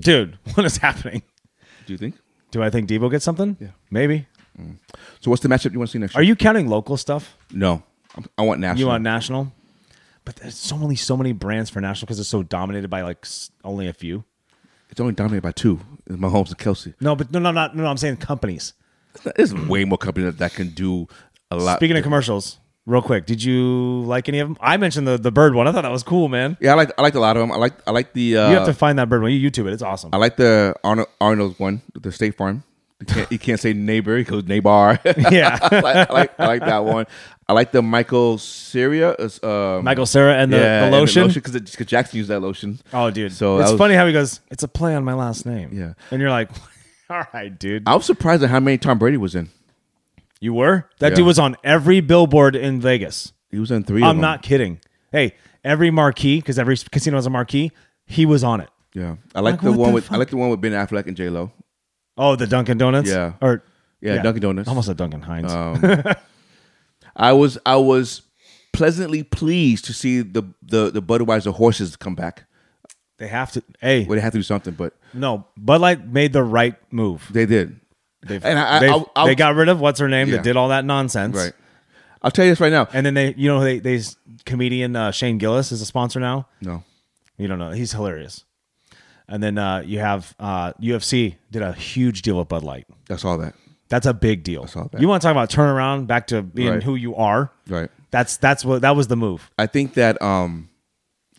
dude, [LAUGHS] what is happening? Do you think? Do I think Debo gets something? Yeah. maybe. So what's the matchup you want to see next? Are year? you counting local stuff? no? I'm- I want national. You on national? But there's so many, so many brands for national because it's so dominated by like s- only a few. It's only dominated by two: It's Mahomes and Kelsey. No, but no, no, not no. no, I'm saying companies. There's way more companies that, that can do a lot. Speaking of commercials, real quick, did you like any of them? I mentioned the the bird one. I thought that was cool, man. yeah, I like I liked a lot of them. I like I like the uh, You have to find that bird one. You YouTube it. It's awesome. I like the Arnold Arnold one, the State Farm. You can't, you can't say neighbor; he goes neighbor. [LAUGHS] Yeah. I, like, I like I like that one. I like the Michael Syria. Um, Michael Sarah and the, the lotion. because Jackson used that lotion. Oh, dude. So So it's that was- funny how he goes. It's a play on my last name. Yeah. and you're like, [LAUGHS] all right, dude. I was surprised at how many Tom Brady was in. You were? That Yeah. dude was on every billboard in Vegas. He was in three. of I'm them. not kidding. Hey, every marquee, because every casino has a marquee, he was on it. Yeah, I like, Like, the what one the with I fuck? like the one with Ben Affleck and J Lo. Oh, the Dunkin' Donuts? Yeah. Or Yeah, Dunkin' Donuts. Um, Almost a Dunkin' Hines. I was I was pleasantly pleased to see the the the Budweiser horses come back. they have to hey, Well, they have to do something, but no, Bud Light made the right move. they did. They've, And I- I- they've- I'll- I'll- they got rid of what's her name Yeah. that did all that nonsense. Right. I'll tell you this right now. And then they you know they they comedian uh, Shane Gillis is a sponsor now. No. You don't know. He's hilarious. And then uh, you have uh, UFC did a huge deal with Bud Light. That's all that. That's a big deal. saw that. You want to talk about turnaround back to being Right. who you are? Right. That's that's what that was the move. I think that um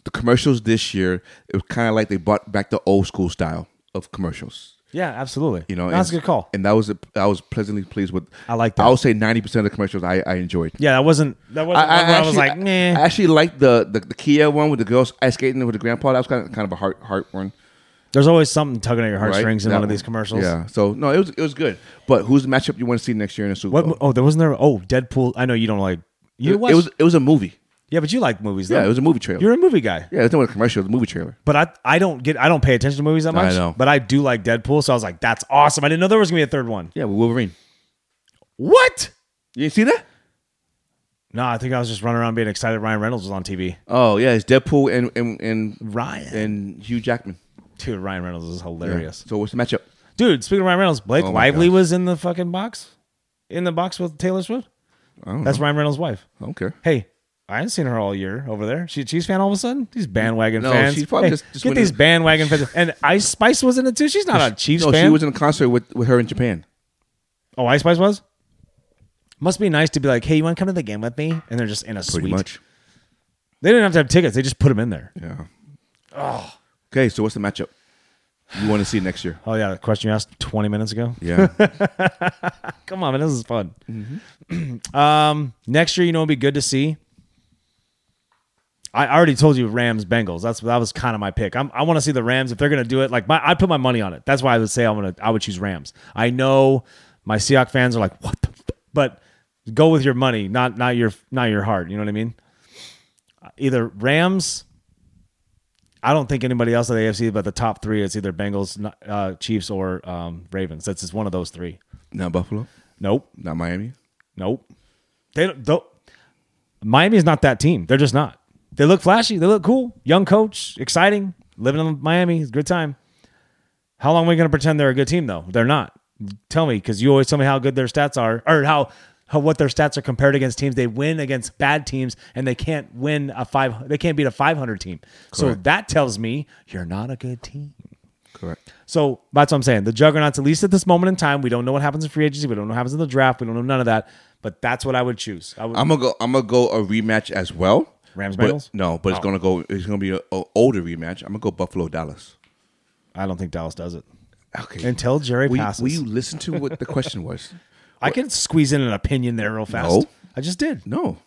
the commercials this year it was kind of like they brought back the old school style of commercials. Yeah, absolutely. You know, that's a and- good call. And that was a, I was pleasantly pleased with. I like that. I would say ninety percent of the commercials I, I enjoyed. yeah, that wasn't that I, wasn't I, one where I, was actually- like, I nah. actually liked the, the the Kia one with the girls ice skating with the grandpa. That was kind of kind of a heart heart one. There's always something tugging at your right? heartstrings in That one of these commercials. Yeah. So no, it was it was good. But who's the matchup you want to see next year in the Super What? Bowl? mo- Oh, there wasn't there. Oh, Deadpool. I know you don't like. You it, watch, was it was a movie. Yeah, but you like movies. Yeah, though. it was a movie trailer. You're a movie guy. yeah, it's not a commercial. It's a movie trailer. But I I don't get I don't pay attention to movies that I much. know. But I do like Deadpool, so I was like, that's awesome. I didn't know there was gonna be a third one. Yeah, with Wolverine. What? You didn't see that? No, I think I was just running around being excited. Ryan Reynolds was on TV. Oh yeah, it's Deadpool and and and, Ryan, and Hugh Jackman. dude, Ryan Reynolds is Yeah. hilarious. So what's the matchup? Dude, speaking of Ryan Reynolds, Blake Oh my Lively gosh. was in the fucking box, in the box with Taylor Swift. I don't That's know. Ryan Reynolds' wife. I don't care. Hey, I haven't seen her all year over there. She a Chiefs fan all of a sudden? These bandwagon No, fans. she's probably Hey, just- just get winning. [LAUGHS] these bandwagon fans. And Ice Spice was in it too. She's uh, not a Chiefs no, fan. she was in a concert with, with her in Japan. oh, Ice Spice was. Must be nice to be like, hey, you want to come to the game with me? And they're just in a Pretty suite. much. They didn't have to have tickets. They just put them in there. Yeah. Oh. Okay, so what's the matchup you want to see next year? Oh yeah, the question you asked twenty minutes ago. [LAUGHS] Yeah. Come on, man, this is fun. [CLEARS THROAT] um, next year, you know, it'd be good to see. I already told you Rams Bengals. That's that was kind of my pick. I'm, I want to see the Rams if they're going to do it. Like my, I put my money on it. That's why I would say I'm gonna I would choose Rams. I know my Seahawks fans are like what, the f-? but go with your money, not not your not your heart. You know what I mean? Either Rams. I don't think anybody else at the AFC, but the top three it's either Bengals, uh, Chiefs, or um, Ravens. That's just one of those three. not Buffalo. Nope. Not Miami. Nope. They don't. don't Miami's not that team. They're just not. They look flashy. They look cool. Young coach, exciting. Living in Miami, it's a good time. How long are we going to pretend they're a good team though? They're not. Tell me, because you always tell me how good their stats are, or how how what their stats are compared against teams. They win against bad teams, and they can't win a five. They can't beat a five hundred team. So that tells me you're not a good team. Correct. So that's what I'm saying. The juggernauts, at least at this moment in time, we don't know what happens in free agency. We don't know what happens in the draft. We don't know none of that. But that's what I would choose. I would, I'm gonna go. I'm gonna go a rematch as well. Rams But- Bengals? No, but it's Oh. gonna go. It's gonna be an older rematch. I'm gonna go Buffalo Dallas. I don't think Dallas does it. Okay. Until Jerry will, you- passes. will you listen to what the question [LAUGHS] was? I can squeeze in an opinion there real fast. No. I just did. No.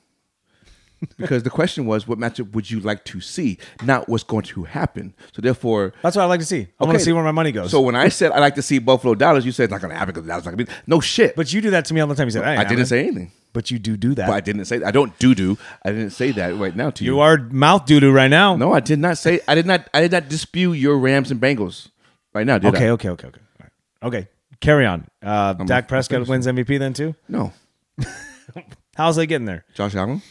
Because the question was, what matchup would you like to see, not what's going to happen. So therefore, That's what I like to see. I want to see where my money goes. So when I said I like to see Buffalo Dallas, you said it's not going to happen because Dallas is not going to be no shit. but you do that to me all the time. You said, I didn't say anything. But you do do that. But I didn't say I don't do do. I didn't say that right now to you. you are mouth doo doo right now. no, I did not say I did not I did not dispute your Rams and Bengals right now. Did Okay, I? okay, okay, okay. All right. Okay. Carry on. Uh, Dak Prescott wins MVP then too. No, How's they getting there? Josh Allen.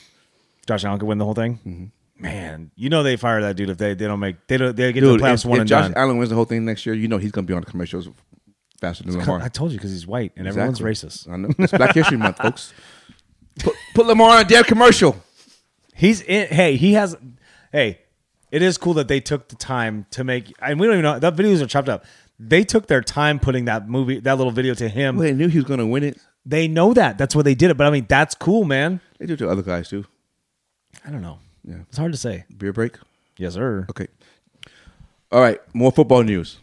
Josh Allen could win the whole thing. Mm-hmm. Man, you know they fire that dude if they, they don't make they don't they get to Dude, the if, playoffs one if and Josh done. Allen wins the whole thing next year, you know he's going to be on the commercials faster than Lamar. I told you because he's white and everyone's Exactly. racist. I know. It's Black History Month, folks. Put, put Lamar on a damn commercial. He's in. Hey, he has. Hey, it is cool that they took the time to make. And we don't even know that videos are chopped up. They took their time putting that movie, that little video to him. Well, they knew he was going to win it. They know that. That's why they did it. But I mean, that's cool, man. They do it to other guys too. I don't know. Yeah. It's hard to say. Beer break. Yes, sir. Okay. All right. More football news.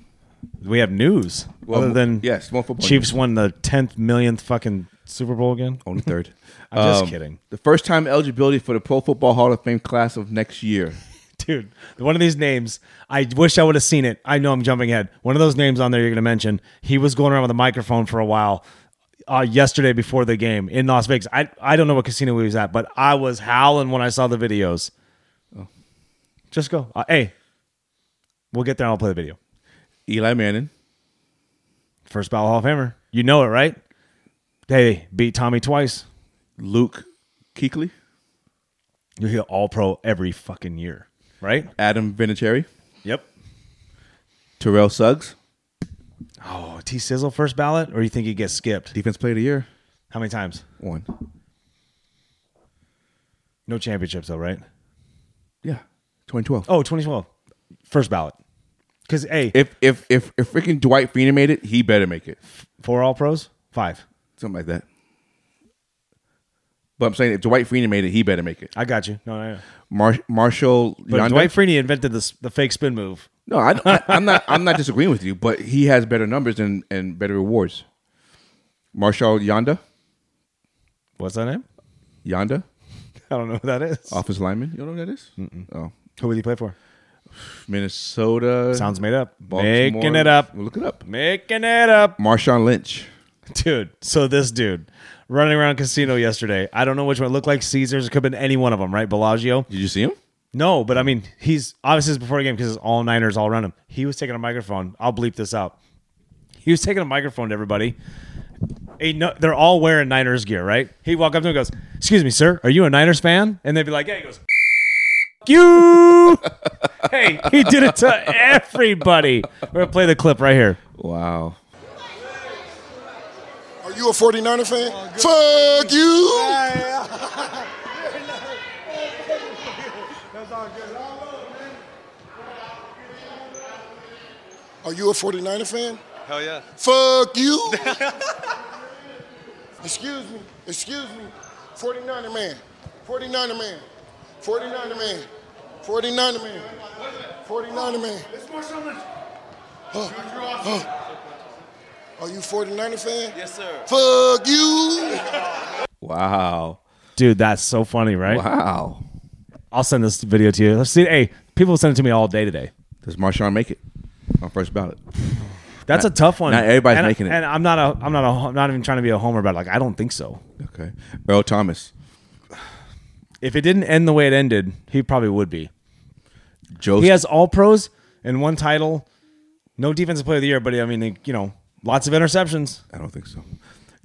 We have news Well, other than yes, more football Chiefs won the tenth millionth fucking Super Bowl again. Only third. Um, I'm just kidding. The first time eligibility for the Pro Football Hall of Fame class of next year. Dude, one of these names, I wish I would have seen it. I know I'm jumping ahead. One of those names on there you're going to mention, he was going around with a microphone for a while uh, yesterday before the game in Las Vegas. I, I don't know what casino he was at, but I was howling when I saw the videos. Just go. Uh, hey, we'll get there and I'll play the video. Eli Manning. First Battle Hall of Famer. You know it, right? Hey, beat Tommy twice. Luke Kuechly. You hear all pro every fucking year, right? Adam Vinatieri. Yep. Terrell Suggs. Oh, T Sizzle first ballot, or you think he gets skipped? Defense Player of the Year. How many times? One. No championships, though, right? Yeah. 2012. Oh, 2012. First ballot. Because, hey, If if if if freaking Dwight Freeney made it, he better make it. four All Pros, five. Something like that. But I'm saying if Dwight Freeney made it, he better make it. I got you. No, no, no. Mar- Marshall But Yanda- Dwight Freeney invented this, the fake spin move. No, I, I, I'm not. I'm not disagreeing with you, but he has better numbers and, and better rewards. Marshall Yonda, What's that name? Yonda, I don't know who that is. office lineman. You don't know who that is? Oh, Who would he play for? Minnesota. Sounds made up. Baltimore. Making it up. Well, look it up. Making it up. Marshawn Lynch. Dude, so this dude running around casino yesterday. I don't know which one. It looked like Caesars. It could have been any one of them, right? Bellagio. Did you see him? No, but I mean, he's obviously it's before the game because it's all Niners all around him. He was taking a microphone. I'll bleep this out. He was taking a microphone to everybody. Hey, no, they're all wearing Niners gear, right? He walked up to him and goes, "Excuse me, sir, are you a Niners fan?" And they'd be like, "Yeah." He goes, "F- "You." [LAUGHS] hey, he did it to everybody. We're gonna play the clip right here. Wow. Are you a 49er fan? Fuck [LAUGHS] you! Are you a 49er fan? Hell yeah. [LAUGHS] Fuck you! excuse me, excuse me. 49er man, 49er man, 49er man, 49er man, 49er man. Huh, huh. Are you 49er fan? Yes, sir. Fuck you! Wow. Dude, that's so funny, right? Wow. I'll send this video to you. Let's see. Hey, people send it to me all day today. Does Marshawn make it on first ballot? That's a tough one. not everybody's And- making it. And I'm not a I'm not a I'm not even trying to be a homer about it. like I don't think so. Okay. Earl Thomas, If it didn't end the way it ended, he probably would be. Joe. He has all pros and one title, no defensive player of the year, but I mean, he- you know, lots of interceptions. I don't think so.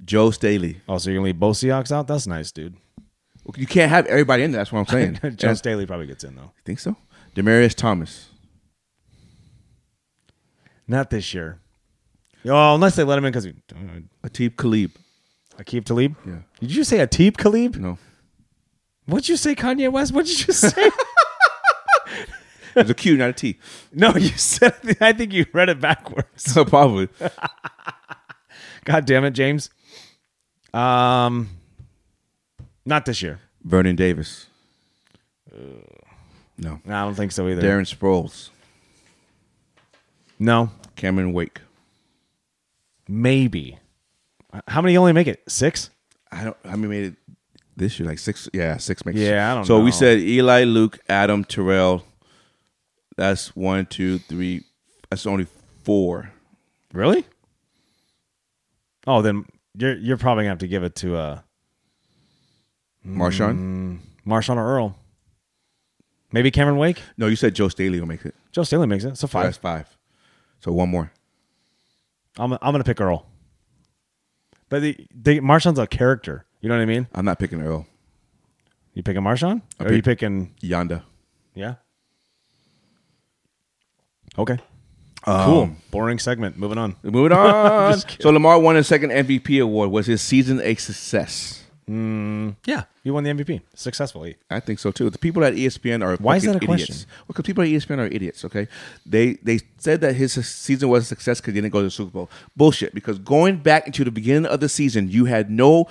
Joe Staley. Oh, so you're gonna leave both Seahawks out? That's nice, dude. You can't have everybody in there. That's what I'm [LAUGHS] saying. John And- Staley probably gets in though. think so. Demarius Thomas. Not this year. Oh, unless they let him in because Atib Khalib. Akib Talib. Yeah. Did you say Atib Khalib? No. What'd you say, Kanye West? What'd you just say? It's a Q, not a T. [LAUGHS] [LAUGHS] no, you said. I think you read it backwards. So probably. God damn it, James. Um, not this year. Vernon Davis. No. No, I don't think so either. Darren Sproles. No, Cameron Wake. maybe. How many only make it? Six. I don't. I mean, made it this year like six. Yeah, six makes. Yeah, I don't So we know. said Eli, Luke, Adam, Terrell. That's one, two, three. That's only four. Really? Oh, then you're you're probably gonna have to give it to uh, Marshawn. Mm. Marshawn or Earl. Maybe Cameron Wake. No, you said Joe Staley will make it. Joe Staley makes it. So So that's five. five. So one more. I'm I'm gonna pick Earl. But the, the Marshawn's a character. You know what I mean? I'm not picking Earl. You picking Marshawn? I Or are you pick- picking Yonda. yeah? Okay. Um, Cool. Boring segment. Moving on. [LAUGHS] Moving on. Just kidding. so Lamar won his second MVP award. Was his season a success? Yeah. You won the MVP. Successfully. I think so too. The people at E ESPN are Why is fucking that a idiots. question? Well, because people at E ESPN are idiots. Okay, they they said that his season was a success because he didn't go to the Super Bowl. Bullshit. Because going back into the beginning of the season, you had no.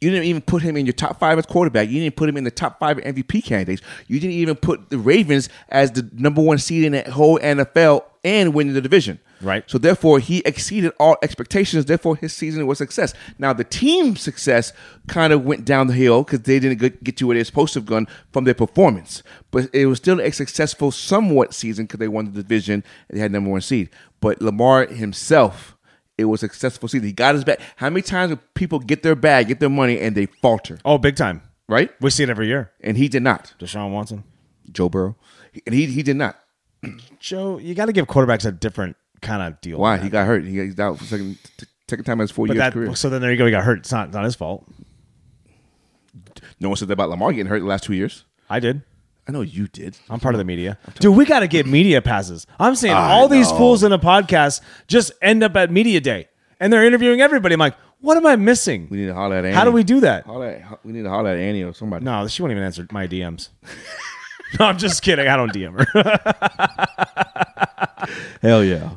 You didn't even put him in your top five as quarterback. You didn't put him in the top five MVP candidates. You didn't even put the Ravens as the number one seed in the whole NFL and winning the division. Right. So therefore, he exceeded all expectations. Therefore, his season was success. Now, the team's success kind of went down the hill because they didn't get- get to where they're supposed to have gone from their performance. But it was still a successful, somewhat season because they won the division and they had number one seed. But Lamar himself, it was a successful season. He got his bag. How many times do people get their bag, get their money, and they falter? Oh, big time. Right. We see it every year. And he did not. Deshaun Watson. Joe Burrow, and he he did not. Joe, you gotta give quarterbacks a different kind of deal. Why? He got hurt. He, he's out for second t- second time in his four But years that career. so then there you go, he got hurt. It's not it's not his fault. No one said that about Lamar getting hurt the last two years. I did. I know you did. I'm part of the media. Dude, we got to get media passes. I'm saying all these fools in a podcast just end up at media day and they're interviewing everybody. I'm like, what am I missing? We need to holler at Annie. How do we do that? Holler at, we need to holler at Annie or somebody. No, she won't even answer my DMs. [LAUGHS] no, I'm just kidding. I don't DM her. [LAUGHS] Hell yeah.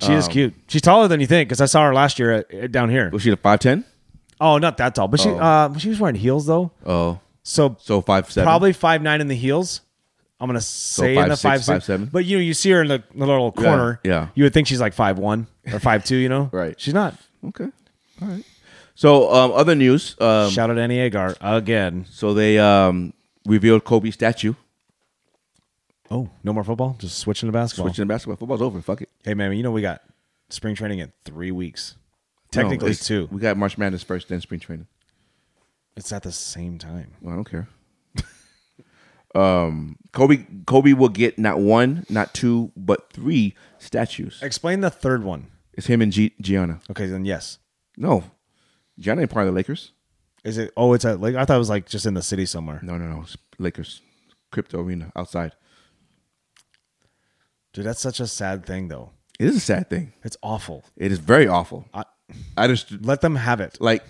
she is cute. She's taller than you think because I saw her last year at, at- down here. Was Oh. she the five ten? Oh, not that tall, but she uh, she was wearing heels though. Oh, So, so five seven. probably five nine in the heels. I'm gonna say in five the six, five, six, five seven? But you know, you see her in the, the little corner. yeah. You would think she's like five one or five two. You know. [LAUGHS] Right. She's not. okay. All right. So um, other news. Um, Shout out Annie Agar again. so they um, revealed Kobe's statue. Oh, no more football. Just switching to basketball. Switching to basketball, football's over. Fuck it. Hey man, you know we got spring training in three weeks. No, Technically it's- two. We got March Madness first, then spring training. It's at the same time. Well, I don't care. [LAUGHS] um, Kobe Kobe will get not one, not two, but three statues. Explain the third one. It's him and G- Gianna. Okay, then yes. No, Gianna ain't part of the Lakers. Is it? Oh, it's at like I thought it was like just in the city somewhere. No, no, no. It's Lakers, Crypto Arena outside. Dude, that's such a sad thing though. It is a sad thing. It's awful. It is very awful. I, I, just let them have it. like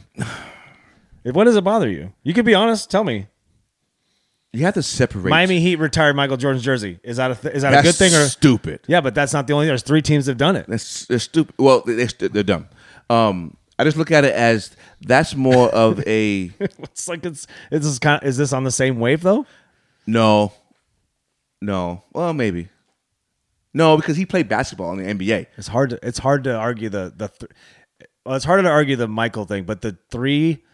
If When does it bother you? You could be honest. Tell me. you have to separate. Miami Heat retired Michael Jordan's jersey. Is that a th- is that that's a good thing or stupid. Yeah, but that's not the only. There's three teams that've done it. That's, that's stupid. Well, they- they're, stu- they're dumb. Um, I just look at it as that's more of [LAUGHS] a [LAUGHS] It's like it's is this kind is this on the same wave though? no, no. Well, maybe no because he played basketball in the NBA. It's hard to it's hard to argue the the. Th- well, it's harder to argue the Michael thing, but the three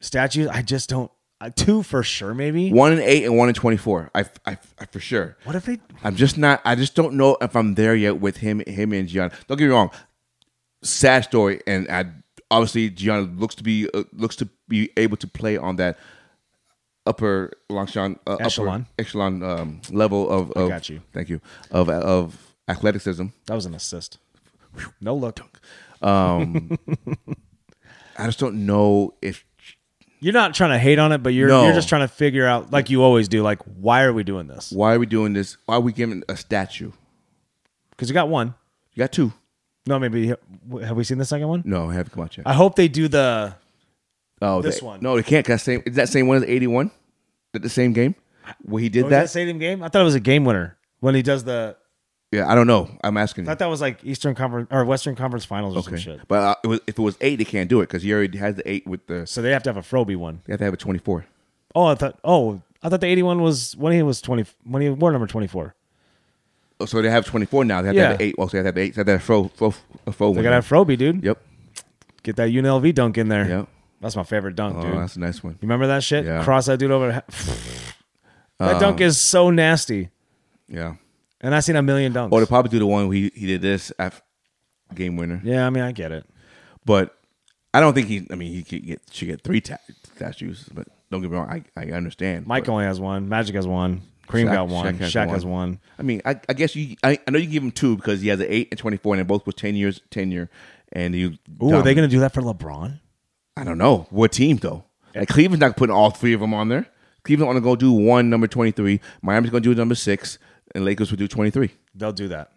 statues, I just don't. Uh, two for sure, maybe. One and eight and one and twenty four. I, I, I for sure. What if they? I'm just not. I just don't know if I'm there yet with him. Him and Gianna. Don't get me wrong. Sad story, and I obviously Gianna looks to be uh, looks to be able to play on that upper Longchamp uh, Echelon. upper echelon um, level of, of. got you. Thank you. Of of athleticism. That was an assist. No look. I just don't know if You're not trying to hate on it, but you're No. you're just trying to figure out, like you always do, like why are we doing this? Why are we doing this? Why are we giving a statue? Because you got one. You got two. No, maybe have we seen the second one? No, I haven't come out yet. I hope they do the. oh, Uh, this they- one. No, they can't. 'cause same. Is that same one as eighty one? That the same game? Where he did Was that, that? stadium game? I thought it was a game winner when he does the. yeah, I don't know. I'm asking. I You. thought that was like Eastern Conference or Western Conference Finals or some Okay. shit. But uh, it was, if it was eight, they can't do it because he already has the eight with the. So they have to have a Froby one. They have to have a twenty four. Oh, I thought. Oh, I thought the eighty-one was when he was twenty when he wore number twenty-four. Oh, so they have twenty four now. They have to have Yeah. the eight. Well, so they have to have the eight. So they have to have a fro, fro, a fro They gotta have Froby, dude. Yep. Get that UNLV dunk in there. Yep. That's my favorite dunk, Oh, dude. that's a nice one. You remember that shit? Yeah. Um, Cross that dude over. [SIGHS] that dunk is so nasty. Yeah. And I've seen a million dunks. Or they probably do the one where he, he did this af game winner. yeah, I mean, I get it. But I don't think he. I mean, he could get should get three ta- tattoos. But don't get me wrong, I, I understand. Mike But only has one. Magic has one. Cream Shaq- got one. Shaq Shaq, has has one. I mean, I, I guess you. I, I know you give him two because he has an eight and twenty four, and they're both with ten years tenure. And you. Ooh, are they going to do that for LeBron? I don't know what team though. Like Cleveland's not putting all three of them on there. Cleveland want to go do one number twenty three. Miami's going to do number six, and Lakers would do twenty three. They'll do that.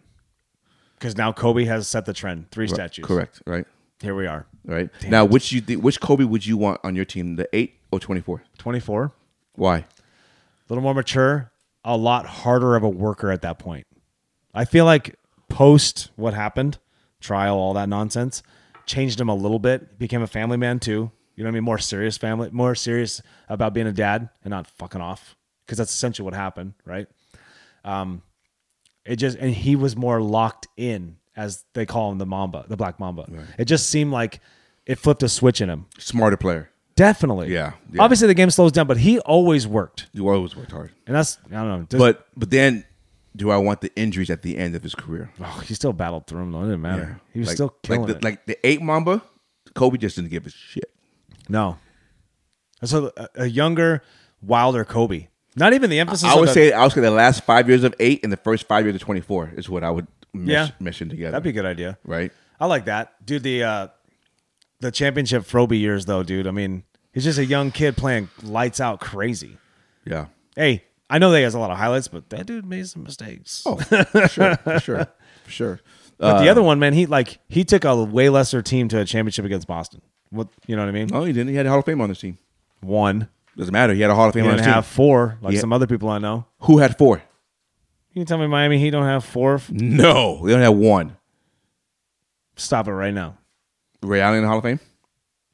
Because now Kobe has set the trend. Three statues. Correct. Right. Here we are. Right. now, which you think, which Kobe would you want on your team, the eight or twenty four? 24. A Why? little more mature. A lot harder of a worker at that point. I feel like post what happened, trial, all that nonsense, changed him a little bit. Became a family man too. You know what I mean? More serious family, more serious about being a dad and not fucking off. Because that's essentially what happened, right? Um, It just and he was more locked in, as they call him, the Mamba, the Black Mamba. It just seemed like it flipped a switch in him. Smarter player. Definitely, Yeah, yeah. Obviously, the game slows down, but he always worked, You always worked hard. and that's I don't know. Just, But but then, do I want the injuries at the end of his career? oh, he still battled through him though. It didn't matter. Yeah. He was Like- still killing like the, it. Like the eight Mamba, Kobe just didn't give a shit. no, And so a, a younger, wilder Kobe. Not even the emphasis. I of would the- say I would say the last five years of eight and the first five years of twenty four is what I would mesh, Yeah. mesh in together. that'd be a good idea. right? I like that, dude. The uh, the championship Froby years though, dude. I mean, he's just a young kid playing lights out crazy. Yeah. Hey, I know that he has a lot of highlights, but that dude made some mistakes. Oh, uh, for sure, for [LAUGHS] sure, for sure. but the other one, man, he like he took a way lesser team to a championship against Boston. What you know what I mean? No, he didn't. He had a Hall of Fame on his team. One. Doesn't matter. He had a Hall of He Fame on didn't his have team. four, like Yeah. some other people I know. Who had four? You can tell me Miami Heat don't have four. F- No, they only had one. Stop it right now. Ray Allen in the Hall of Fame.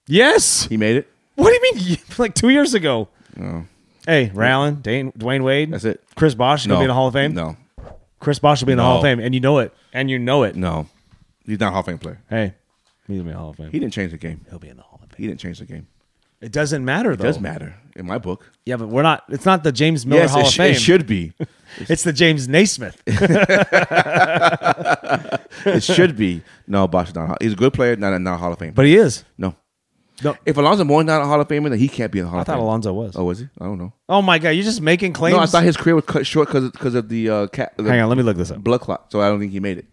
Yes. He made it. What do you mean? [LAUGHS] like two years ago. Hey, Ray Allen, Dane, Dwayne Wade. That's it. Chris Bosh No. gonna be in the Hall of Fame. No, Chris Bosh will be in the Hall of No. Fame, and you know it, and you know it. no, he's not a Hall of Fame player. Hey, he's gonna be in the Hall of Fame. He didn't change the game. He'll be in the Hall of Fame. He didn't change the game. It doesn't matter though. Does matter in my book. Yeah, but we're not. It's not the James Miller Hall it, of sh- Fame. it should be. [LAUGHS] It's the James [LAUGHS] Naismith. It should be. No, Bosh is not. a- He's a good player, not a, not a Hall of Fame. but he is. no, No. If Alonzo Moore's not a Hall of Famer, then he can't be in the Hall I of thought Fame. Alonzo was. Oh, was he? I don't know. Oh my God! You're just making claims. No, I thought his career was cut short because because of the uh, cat. The Hang on, let me look this up. blood clot. So I don't think he made it.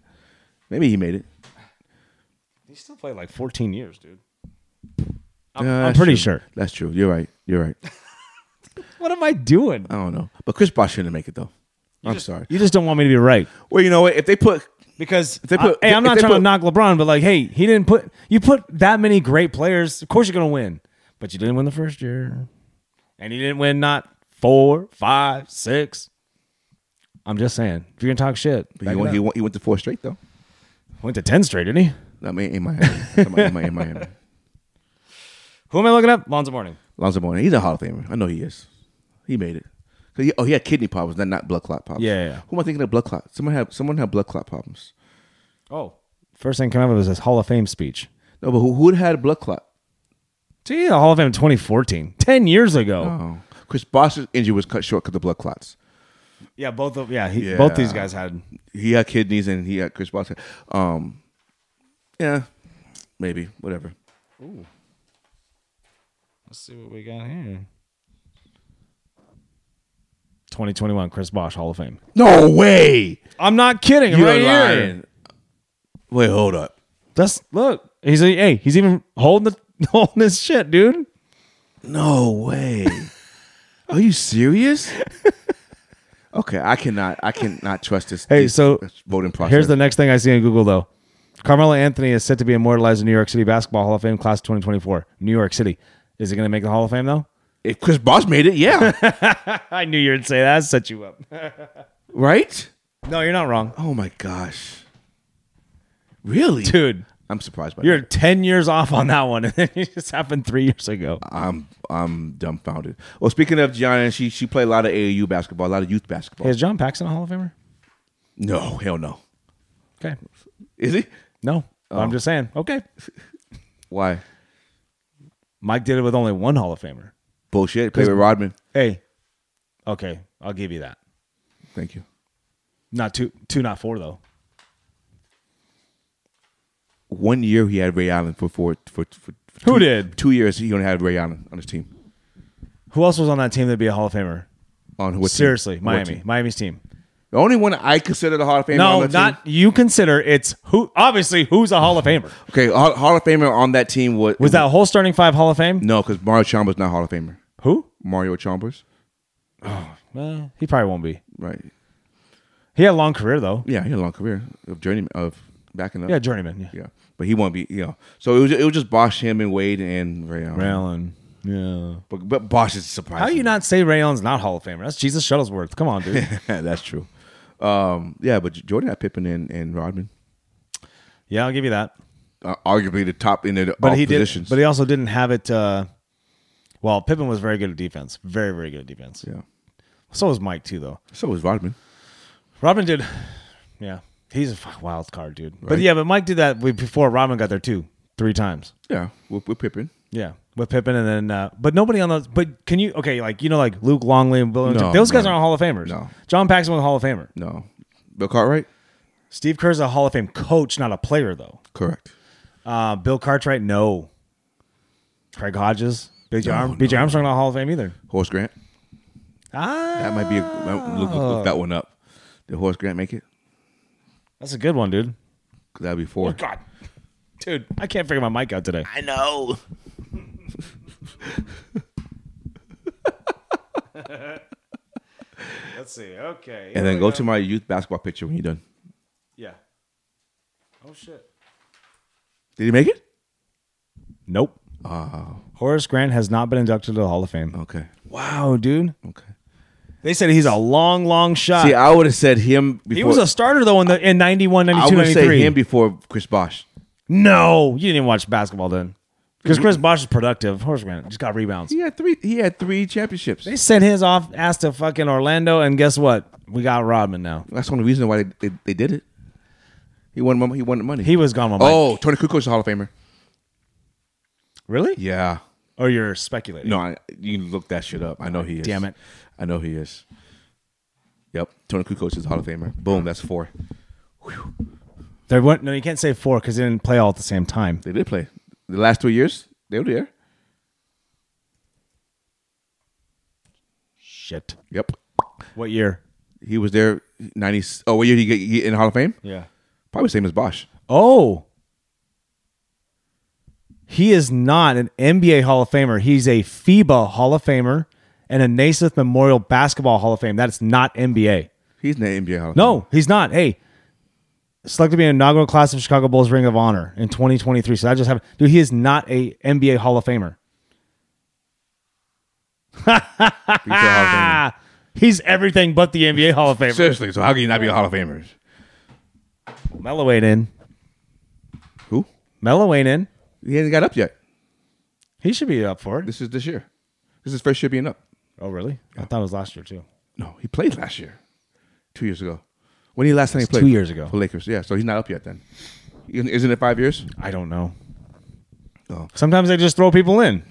Maybe he made it. He still played like 14 years, dude. Uh, I'm that's pretty true. sure. That's true. You're right. You're right. What am I doing? I don't know, but Chris Bosh shouldn't make it though. I'm sorry. You just don't want me to be right Well, you know what? If they put because they put- I, hey, I'm if not they trying to put- knock LeBron, but like, hey, he didn't put you put that many great players. Of course, you're gonna win, but you didn't win the first year, and you didn't win not four, five, six. I'm just saying, if you're gonna talk shit, But he back it went, he, up. went, he went to four straight though. went to 10 straight, didn't he? I mean, in Miami, in Miami, in Miami. [LAUGHS] Who am I looking up? Lonzo Morning. Lonzo Ball, he's a Hall of Famer. I know he is. He made it. 'Cause he- oh, he had kidney problems, not not blood clot problems. Yeah, yeah, yeah. Who am I thinking of blood clot? Someone had someone had blood clot problems. Oh. First thing coming up was his Hall of Fame speech. No, but who who had blood clot? Gee, the Hall of Fame in 2014, 10 years ago. Oh, Chris Bosh's injury was cut short because of blood clots. Yeah, both of yeah, he, Yeah. both these guys had. He had kidneys and he had Chris Bosh. had- Um, yeah, maybe whatever. Let's see what we got here. 2021 Chris Bosch Hall of Fame. No way. I'm not kidding. I'm You're right here. lying. Wait, hold up. [LAUGHS] That's look. He's a, hey. He's even holding the holding his shit, dude. No [LAUGHS] way. Are you serious? Okay, I cannot. I cannot trust this. Hey, this so voting process. Here's the next thing I see on Google though. Carmelo Anthony is set to be immortalized in New York City Basketball Hall of Fame class 2024. New York City. Is it going to make the Hall of Fame though? if Chris Bosh made it, [LAUGHS] yeah, I knew you'd say that. I set you up. right. [LAUGHS] No, you're not wrong. Oh my gosh, really, Dude, I'm surprised by you're that. 10 years off on that one. [LAUGHS] And then it just happened three years ago. I'm I'm dumbfounded. Well, speaking of Gianna, she she played a lot of AAU basketball, a lot of youth basketball. Hey, is John Paxson a Hall of Famer? no, hell no. Okay. Is he? No. I'm just saying. Okay. Why? Mike did it with only one Hall of Famer. Bullshit. Play with Rodman. Hey. Okay. I'll give you that. Thank you. Not two, two, not four though. One year he had Ray Allen for four for, for, for Who two- did? two years. He only had Ray Allen on his team. Who else was on that team that'd be a Hall of Famer? On who? what team? Seriously, What Miami, team? Miami's team. The only one I consider the Hall of Famer. on No, that not team- you. Consider it's who. Obviously, who's a Hall of [LAUGHS] Famer? okay. Hall, Hall of Famer on that team was Was that whole starting five Hall of Fame? [LAUGHS] no? Because Mario Chalmers not Hall of Famer. Who? Mario Chalmers, Well, he probably won't be. right? He had a long career though. Yeah, he had a long career of journey of backing up. Yeah, journeyman. Yeah, Yeah, but he won't be. You know, so it was it was just Bosch, him, and Wade and Ray Allen. Raylan. Yeah. But, but Bosch is surprising. How you not say Raylan's not Hall of Famer? That's Jesus Shuttlesworth. Come on, dude. [LAUGHS] That's true. Um, yeah, but Jordan had Pippen and, and Rodman, [LAUGHS] yeah, I'll give you that. uh, arguably the top in the But all he positions. did. But he also didn't have it. Uh, well, Pippen was very good at defense. Very, very good at defense. yeah. So was Mike too, though. So was Rodman. Robin did. Yeah, he's a fuck wild card, dude. But Right. yeah, but Mike did that with- before Robin got there too, three times. Yeah, with, with Pippen. Yeah, with Pippen and then, uh, but nobody on those. But can you? Okay, like you know, like Luke Longley and Bill. No, those guys no. aren't Hall of Famers. No. John Paxson was a Hall of Famer. No, Bill Cartwright. Steve Kerr's a Hall of Fame coach, not a player though. Correct. Uh, Bill Cartwright, no. Craig Hodges, BJ, No, Arm- no, BJ Armstrong, not a Hall of Fame either. Horace Grant. Ah, That might be. A, look, look, Uh. look that one up. Did Horace Grant make it? that's a good one, dude. 'Cause that'd be four. God, dude, I can't figure my mic out today. I know. Let's see. Okay, And then go to my youth basketball picture when you're done. yeah. Oh shit. Did he make it? Nope. Oh. Horace Grant has not been inducted to the Hall of Fame. Okay. Wow, dude. Okay. They said he's a long, long shot. See, I would have said him before. he was a starter though in the in 91, I 92, would say 93. him before Chris Bosh. no, you didn't even watch basketball then. Because Chris Bosh is productive. Horace Grant just got rebounds. He had three. He had three championships. They sent his off ass to fucking Orlando, and guess what? We got Rodman now. That's one reason why they, they, they did it. He won. mon- He won the money. He was gone. I'm like, oh, Tony Kukoc is a Hall of Famer. really? Yeah. Or you're speculating? No, I, you can look that shit up. I know he is. Damn it. I know he is. Yep. Tony Kukoc is a Hall of Famer. Boom. That's four. There weren't, no, you can't say four because they didn't play all at the same time. They did play the last three years. They were there. Shit. Yep. What year? He was there. Ninety. Oh, what year did he get he in Hall of Fame? Yeah. Probably same as Bosch. Oh. He is not an NBA Hall of Famer. He's a FIBA Hall of Famer and a Naismith Memorial Basketball Hall of Fame. That's not NBA. He's in the NBA Hall of Fame. No, he's not. Hey, selected to be an inaugural class of Chicago Bulls Ring of Honor in 2023. So I just have, dude, he is not a NBA Hall of Famer. He's a Hall of Famer. Ah, he's everything but the NBA Hall of Famer. Seriously, so how can you not be a Hall of Famer? Mello ain't in. Who? Mello ain't in. He hasn't got up yet. He should be up for it. This is this year. This is his first year being up. Oh, really? I thought it was last year, too. No, he played last year, two years ago. When did he last time he It's played? two years ago. For Lakers, yeah. So he's not up yet then. Isn't isn't it five years? I don't know. No. Sometimes they just throw people in.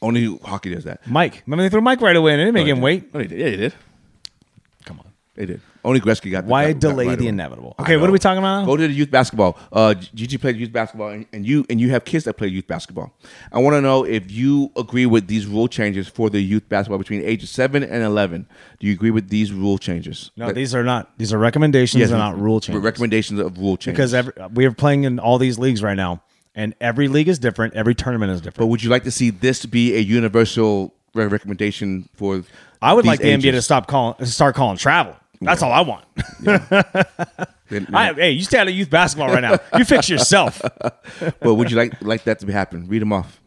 Only hockey does that. Mike. Remember they threw Mike right away and they didn't make him wait. No, they did. Yeah, they did. Oh, Come on. They did. Only Gretzky got. Why got- got delay right the away. inevitable? I Okay, what know. are we talking about now? Go to the youth basketball. Uh, G- Gigi played youth basketball, and, and you and you have kids that play youth basketball. I want to know if you agree with these rule changes for the youth basketball between ages seven and eleven. Do you agree with these rule changes? No, these are not. These are recommendations. Yes, They're not rule re- changes. Recommendations of rule changes because every, we are playing in all these leagues right now. And every league is different. Every tournament is different. But would you like to see this be a universal re- recommendation for? I would these like the NBA ages? to stop calling, to start calling travel. That's all [LAUGHS] I want. Then- then- I, hey, you stay out of youth basketball right now. [LAUGHS] You fix yourself. but would you like like that to be happen? Read them off.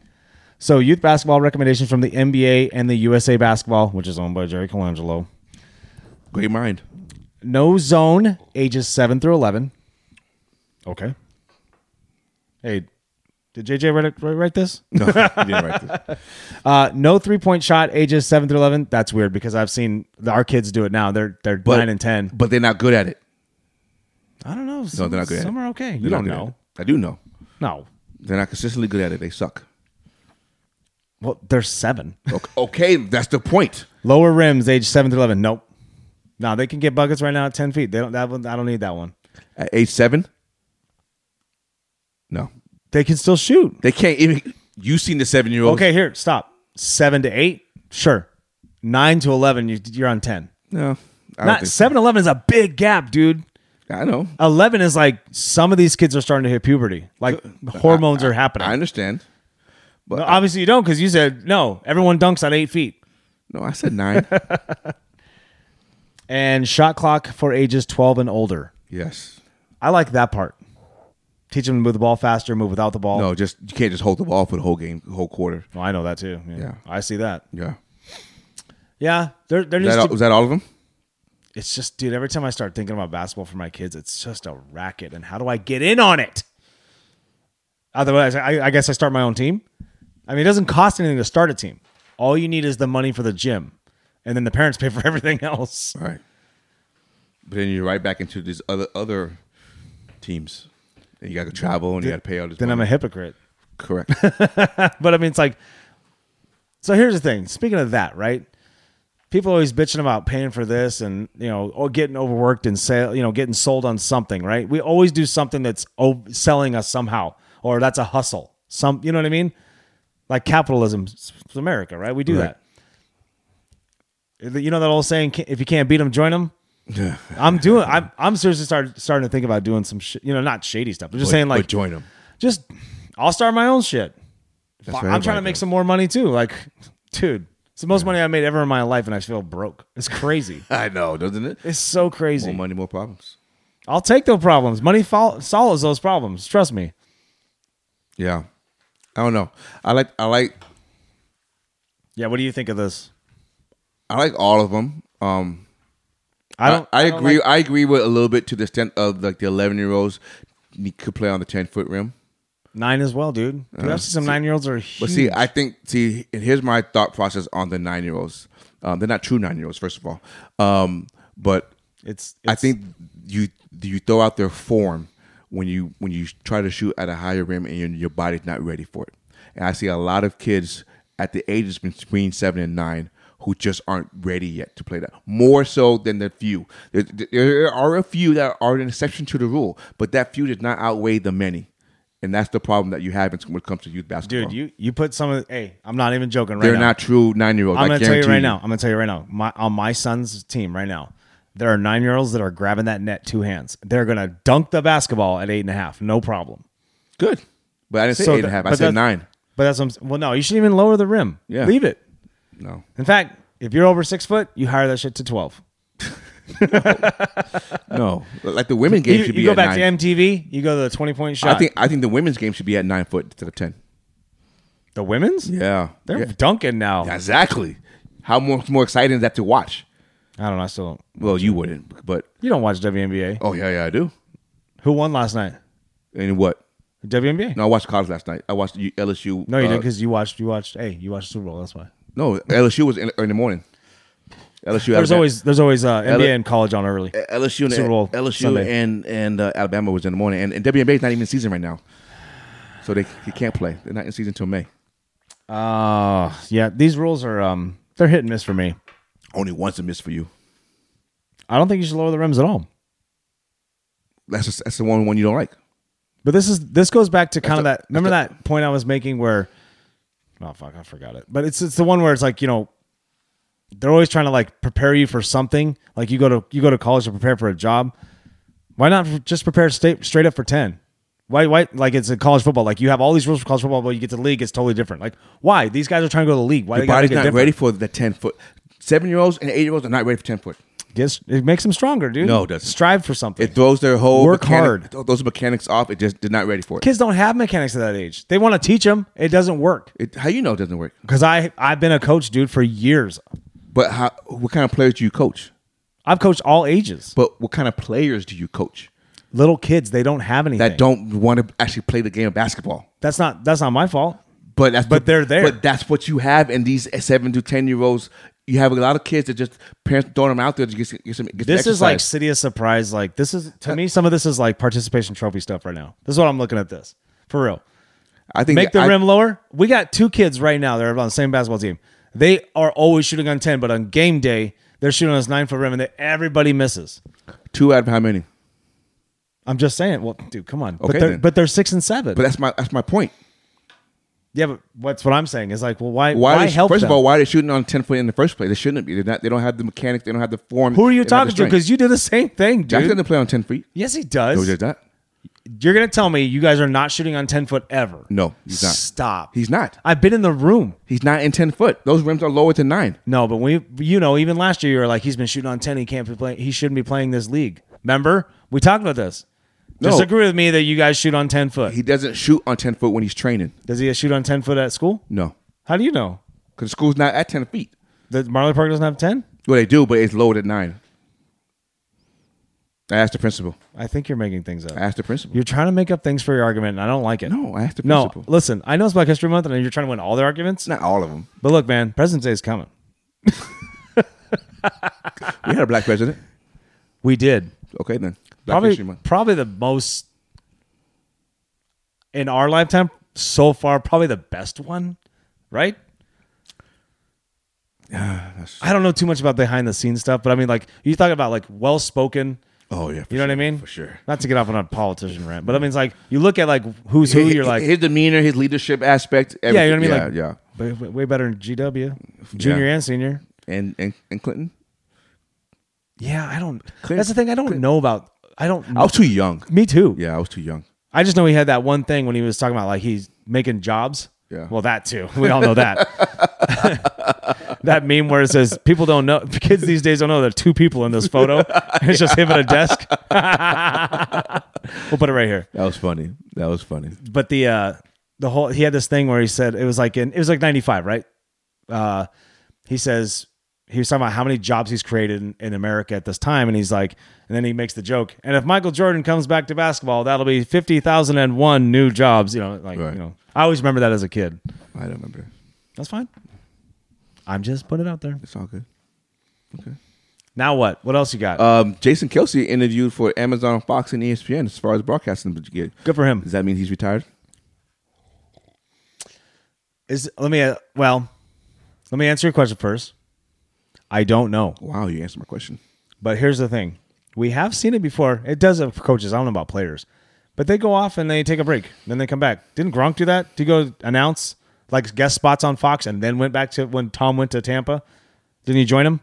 So, youth basketball recommendations from the NBA and the USA Basketball, which is owned by Jerry Colangelo. Great mind. No zone, ages seven through eleven. Okay. Hey, did JJ write, write, write this? [LAUGHS] No, you didn't write this. Uh, no three point shot, ages seven through eleven. That's weird because I've seen our kids do it now. They're they're But- nine and ten. but they're not good at it. I don't know. No, Some, they're not good. at Some it. are okay. They're You not don't good at know. it. I do know. No. They're not consistently good at it. They suck. Well, there's seven. Okay, [LAUGHS] okay, that's the point. Lower rims, age seven through eleven. Nope. No, they can get buckets right now at ten feet. They don't. That one, I don't need that one. At age seven, no, They can still shoot. they can't even. You seen the seven year old? Okay, here, stop. Seven to eight, sure. Nine to eleven, you, you're on ten. no, I don't Not think so. 7 11 is a big gap, dude. I know. 11 is like some of these kids are starting to hit puberty. Like hormones are happening. I understand. But No, Obviously, you don't because you said no, everyone dunks on eight feet. no, I said [LAUGHS] nine. And shot clock for ages 12 and older. yes. I like that part. Teach them to move the ball faster, move without the ball. No, just you can't just hold the ball for the whole game, the whole quarter. Well, I know that too. Yeah. Yeah. I see that. Yeah. Yeah. There, there Is needs that, all- to, was that all of them? it's just, dude, every time I start thinking about basketball for my kids, it's just a racket. And how do I get in on it? Otherwise, I, I guess I start my own team. I mean, it doesn't cost anything to start a team. All you need is the money for the gym, and then the parents pay for [LAUGHS] everything else. All right. But then you're right back into these other other teams. And you got to travel and you got to pay all this. Then I'm a money. hypocrite. [LAUGHS] correct. But I mean, it's like, so here's the thing. Speaking of that, right? People always bitching about paying for this and you know or getting overworked and sell, you know getting sold on something, right? We always do something that's o- selling us somehow, or that's a hustle. Some, you know what I mean? Like capitalism, s- s- America, right? We do Right. that. You know that old saying, "Ca- if you can't beat them, join them. I'm doing. I'm. I'm seriously start, starting to think about doing some. Sh- you know, not shady stuff. I'm just [LAUGHS] saying, like, but join them. just I'll start my own shit. That's Fuck, what I'm everybody trying to make does. some more money too. Like, dude, it's the most money I made ever in my life, and I feel broke. It's crazy. I know, doesn't it? it's so crazy. More money, more problems. I'll take those problems. Money fol- solves those problems. Trust me. Yeah. I don't know. I like I like Yeah. What do you think of this? I like all of them. Um I don't. I, don't agree. like- I agree with a little bit to the extent of like the 11 year olds could play on the 10 foot rim. nine as well, dude. dude I've seen some nine year olds are. Huge. But see, I think see, and here's my thought process on the nine year olds. Um, they're not true nine year olds, first of all. Um, but it's, I it's- think you you throw out their form when you when you try to shoot at a higher rim and your, your body's not ready for it. And I see a lot of kids at the ages between seven and nine who just aren't ready yet to play that. More so than the few. There, there are a few that are an exception to the rule, but that few does not outweigh the many. And that's the problem that you have in- when it comes to youth basketball. dude, you you put some of. Hey, I'm not even joking. Right They're now. not true nine year olds. I'm gonna tell you right now. I'm gonna tell you right now. My on my son's team right now, there are nine year olds that are grabbing that net two hands. They're gonna dunk the basketball at eight and a half, no problem. Good. But I didn't say eight and a that- half. but I said that's- nine. But that's what I'm, well, no, you should even lower the rim. Yeah. leave it. No. In fact, if you're over six foot, you hire that shit to twelve. No. Like the women You, game should be you go at back nine. to MTV. You go to the twenty point shot. I think I think the women's game should be at nine foot instead of ten. the women's. Yeah, They're dunking now. exactly. How much more exciting is that to watch? I don't know. I still don't. Well, you wouldn't, but You don't watch WNBA. oh yeah, yeah, I do. Who won last night? And what? WNBA. No, I watched college last night. I watched U- LSU. no you uh, didn't because you watched. You watched. Hey, you watched the Super Bowl. That's why. no LSU was in, in the morning. LSU. There's Alabama- always there's always uh, L- NBA and college on early. LSU and Super Bowl LSU Sunday. and and uh, Alabama was in the morning, and, and WNBA is not even in season right now, so they, they can't play. They're not in season till May. Uh yeah, these rules are um they're hit and miss for me. Only once a miss for you. I don't think you should lower the rims at all. That's just, that's the one one you don't like. But this is this goes back to kind of That's that remember that point I was making where oh fuck, I forgot it. But it's it's the one where it's like, you know, they're always trying to like prepare you for something. Like you go to you go to college to prepare for a job. Why not just prepare state, straight up for 10? Why, why, like it's in college football. Like you have all these rules for college football, but you get to the league, it's totally different. Like, why? These guys are trying to go to the league. Why Your they gotta body's make it not different? ready for the ten foot. Seven year olds and eight year olds are not ready for ten foot. Gets, it makes them stronger, dude. No, it doesn't. Strive for something. It throws their whole Work mechanic- hard. th- Those mechanics off. It just they're not ready for it. Kids don't have mechanics at that age. They want to teach them. It doesn't work. it how you know it doesn't work? Because I, I've been a coach, dude, for years. But how? What kind of players do you coach? I've coached all ages. But what kind of players do you coach Little kids, they don't have anything. that don't want to actually play the game of basketball? That's not, that's not my fault. But that's But they're there. But that's what you have in these seven to ten year olds. You have a lot of kids that just parents throwing them out there to get, some- get some. Get some This is like exercise. City of Surprise. Like this is to me, some of this is like participation trophy stuff right now. This is what I'm looking at. This for real. I think Make the I- rim lower. We got two kids right now. They're on the same basketball team. They are always shooting on ten, but on game day they're shooting on this nine foot rim, and they, everybody misses. two out of how many? I'm just saying. Well, dude, come on. Okay, but they're then. but they're six and seven. But that's my that's my point. yeah, but what's what I'm saying is like, well, why Why, why, they, help? first them? of all, why are they shooting on ten foot in the first place? They shouldn't be. They're not. They don't have the mechanics. They don't have the form. who are you they don't have talking the to? strength. Because you do the same thing, dude. Jack doesn't play on ten feet. yes, he No, does. he does not. You're gonna tell me you guys are not shooting on ten foot ever? No, he's not. Stop. He's not. I've been in the room. He's not in ten foot. Those rims are lower than nine. No, but we, you know, even last year you were like, he's been shooting on ten. He can't be playing. He shouldn't be playing this league. Remember, we talked about this. No. Just agree with me that you guys shoot on ten foot. He doesn't shoot on ten foot when he's training. Does he shoot on ten foot at school? No, How do you know because school's not at ten feet. that Marley Park doesn't have ten? Well, they do, but it's lower than nine. I asked the principal. I think you're making things I up. asked the principal. You're trying to make up things for your argument, and I don't like it. No, I asked the No, principal. listen. I know it's Black History Month, and you're trying to win all the arguments. Not all of them. But look, man, President's Day is coming. We had a black president. We did. Okay, then. Black History probably Month. probably the most in our lifetime so far probably the best one [SIGHS] right i don't know too much about behind the scenes stuff but i mean like you talk about like well spoken Oh yeah. for you know what i sure, mean For sure. not to get off on a politician rant but i mean it's like you look at like who's who His- you're like his demeanor, his leadership aspect. yeah you Everything. know what i mean yeah, like yeah. way- way, way better than gw junior Yeah. and senior And and and Clinton. yeah i don't Clear- that's the thing i don't clear- know about i don't know I was too young. me too Yeah, I was too young. I just know he had that one thing when he was talking about like he's making jobs. Yeah. Well, that too. We all know that. [LAUGHS] that meme where it says people don't know [LAUGHS] kids these days don't know there are two people in this photo. [LAUGHS] it's just him at a desk. [LAUGHS] we'll put it right here. That was funny. That was funny. But the uh the whole he had this thing where he said it was like in it was like 95, right? Uh he says he was talking about how many jobs he's created in, in America at this time, and he's like, and then he makes the joke. And if Michael Jordan comes back to basketball, that'll be fifty thousand and one new jobs. You know, like Right. you know, I always remember that as a kid. I don't remember. That's fine. I'm just putting it out there. It's all good. Now what? What else you got? Um, Jason Kelsey interviewed for Amazon, Fox, and E ESPN as far as broadcasting. But you get Good for him. Does that mean he's retired? Is let me uh, well, let me answer your question first. I don't know. Wow, you answered my question. But here's the thing: we have seen it before. It does it for coaches. I don't know about players, but they go off and they take a break, then they come back. Didn't Gronk do that to go announce like guest spots on Fox, and then went back to when Tom went to Tampa? Didn't he join him?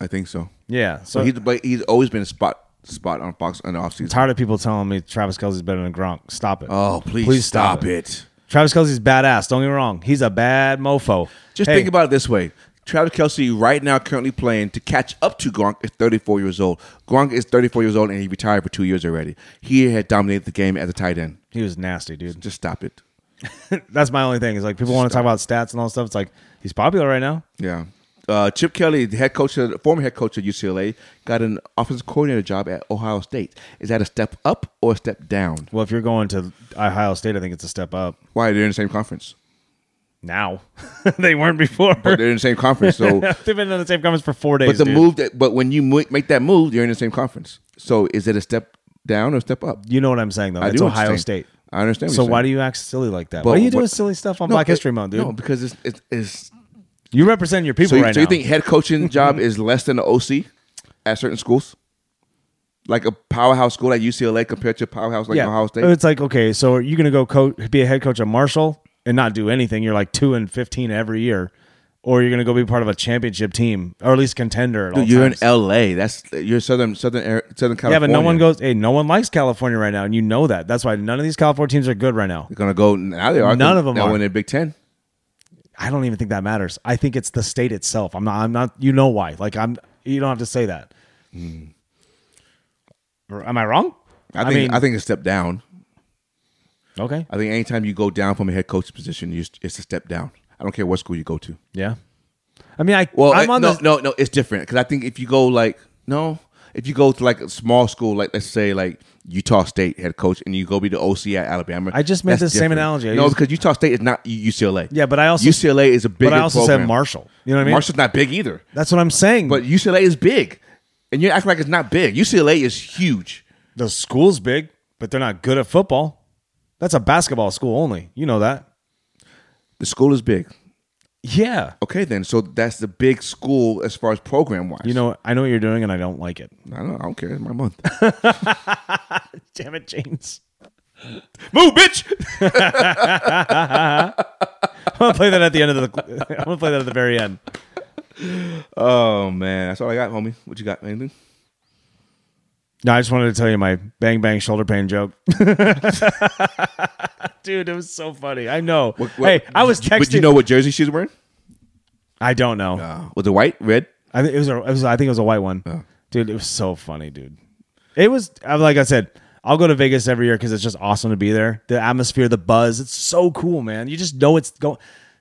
I think so. Yeah. So So, he's he's but he's always been a spot spot on Fox in the offseason. tired of people telling me Travis Kelsey's better than Gronk. Stop it. Oh, please, stop, it. Travis Kelsey's badass. Don't get me wrong. He's a bad mofo. Just Hey, think about it this way. Travis Kelsey right now currently playing to catch up to Gronk is 34 years old. Gronk is 34 years old and he retired for two years already. He had dominated the game as a tight end. He was nasty, dude. [LAUGHS] Just stop it. That's my only thing. Is like people want to talk about stats and all that stuff. It's like he's popular right now. Yeah. Uh, Chip Kelly, the head coach, of, the former head coach of UCLA, got an offensive coordinator job at Ohio State. Is that a step up or a step down? Well, if you're going to Ohio State, I think it's a step up. Why they're in the same conference? now. [LAUGHS] they weren't before. But [LAUGHS] they're in the same conference, so. [LAUGHS] [LAUGHS] They've been in the same conference for four days. but the dude. move that, but when you mo- make that move, you're in the same conference. So is it a step down or a step up? you know what I'm saying though. I it's do Ohio understand. State. I understand what so you're why saying. do you act silly like that? But why are you doing what- silly stuff on No, Black but- History Month, dude? No, because it's it's, it's you represent your people so. You, right so now. Mm-hmm. you think head coaching job is less than the OC at certain schools, like a powerhouse school like UCLA compared to a powerhouse like yeah. Ohio State? It's like okay, so are you going to go coach, be a head coach at Marshall and not do anything? You're like two and fifteen every year, or you're gonna go be part of a championship team or at least contender. At all Dude, you're in times. L.A. That's you're Southern Southern Air- Southern California. Yeah, but no one goes. Hey, no one likes California right now, and you know that. That's why none of these California teams are good right now. They're gonna go now. They are None of them Now are. in the Big Ten. I don't even think that matters. I think it's the state itself. I'm not. I'm not. You know why? Like I'm. You don't have to say that. Hmm. Or Am I wrong? I think I, mean, think a step down. Okay. I think anytime you go down from a head coach position, you, it's a step down. I don't care what school you go to. Yeah. I mean, I. Well, I'm on no, the. no, no, it's different because I think if you go like no, if you go to like a small school, like let's say like Utah State head coach, and you go be the OC at Alabama. I just made that's the same different. analogy. I No, used- because Utah State is not U- UCLA. Yeah, but I also- UCLA is a big. But I also said Marshall. You know what I mean? Marshall's not big either, That's what I'm saying. but But UCLA is big, and you're acting like it's not big. UCLA is huge. the school's big, but they're not good at football. That's a basketball school only. You know that. The school is big. Yeah. Okay, then so that's the big school as far as program wise. You know, I know what you're doing, and I don't like it. I don't, I don't care. It's my [LAUGHS] month. Damn it, James. Move, [LAUGHS] bitch. I'm gonna play that at the end of the. [LAUGHS] I'm gonna play that at the very end. Oh man, that's all I got, homie. What you got? Anything? No, I just wanted to tell you my bang bang shoulder pain joke. [LAUGHS] Dude, it was so funny. I know. what- hey, I was texting. But you know what jersey she's wearing? I don't know. Was it white, red? I think it was a. It was, I think it was a white one. Dude, it was so funny, dude. It was I- like I said. I'll go to Vegas every year because it's just awesome to be there. The atmosphere, the buzz, it's so cool, man. You just know it's going.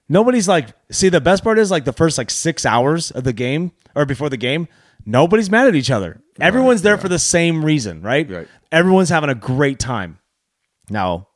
Nobody's like, see, the best part is like the first like six hours of the game or before the game, nobody's mad at each other. Everyone's there for the same reason, right? Right. Everyone's having a great time. Now,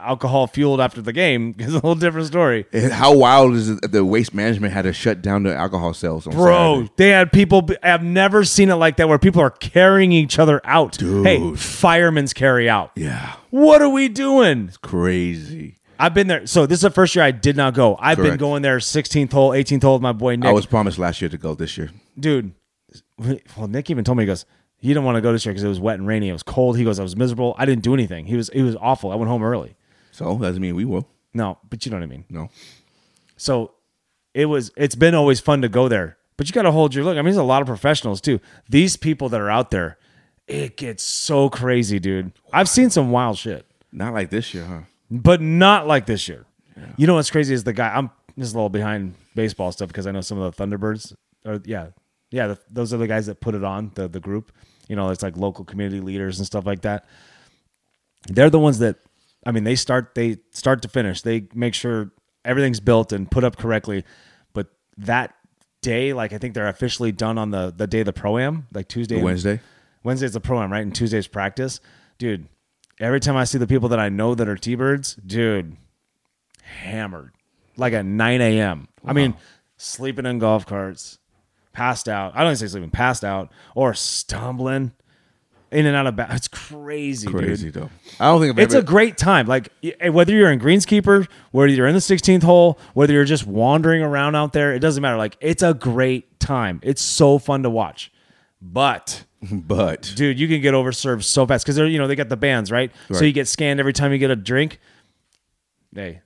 alcohol fueled after the game [LAUGHS] is a whole different story. And how wild is it that the waste management had to shut down the alcohol sales? On Bro, Saturday? they had people. I've never seen it like that where people are carrying each other out. Hey, firemen's carry out. yeah, What are we doing? crazy. I've been there. So this is the first year I did not go. I've been Correct. going there 16th hole, 18th hole with my boy Nick. I was promised last year to go this year. Dude, well, Nick even told me he goes, he didn't want to go this year because it was wet and rainy. It was cold. He goes, I was miserable. I didn't do anything. He was, it was awful. I went home early. So doesn't mean we will. No, but you know what I mean. No, So it was it's been always fun to go there. But you gotta hold your look. I mean, there's a lot of professionals too. These people that are out there, it gets so crazy, dude. I've seen some wild shit. not like this year, huh? But not like this year. You know what's crazy is the guy I'm just a little behind baseball stuff because I know some of the Thunderbirds or yeah. Yeah, the, those are the guys that put it on, the the group. You know, it's like local community leaders and stuff like that they're the ones that I mean they start they start to finish. They make sure everything's built and put up correctly. But that day, like I think they're officially done on the the day of the pro am, like Tuesday. The Wednesday? Wednesday's the pro am, right? And Tuesday's practice. Dude, every time I see the people that I know that are T birds, dude, hammered. Like at 9 a.m. I mean, sleeping in golf carts, passed out. I don't even say sleeping, passed out, or stumbling in and out of bat. It's crazy, dude Crazy though. I don't think I've it's ever- a great time. Like y- eh, whether you're in greenskeeper, whether you're in the 16th hole, whether you're just wandering around out there, it doesn't matter. Like it's a great time. It's so fun to watch. But [LAUGHS] but dude, you can get overserved so fast because they're you know they got the bands right? so Right. you get scanned every time you get a drink. Hey,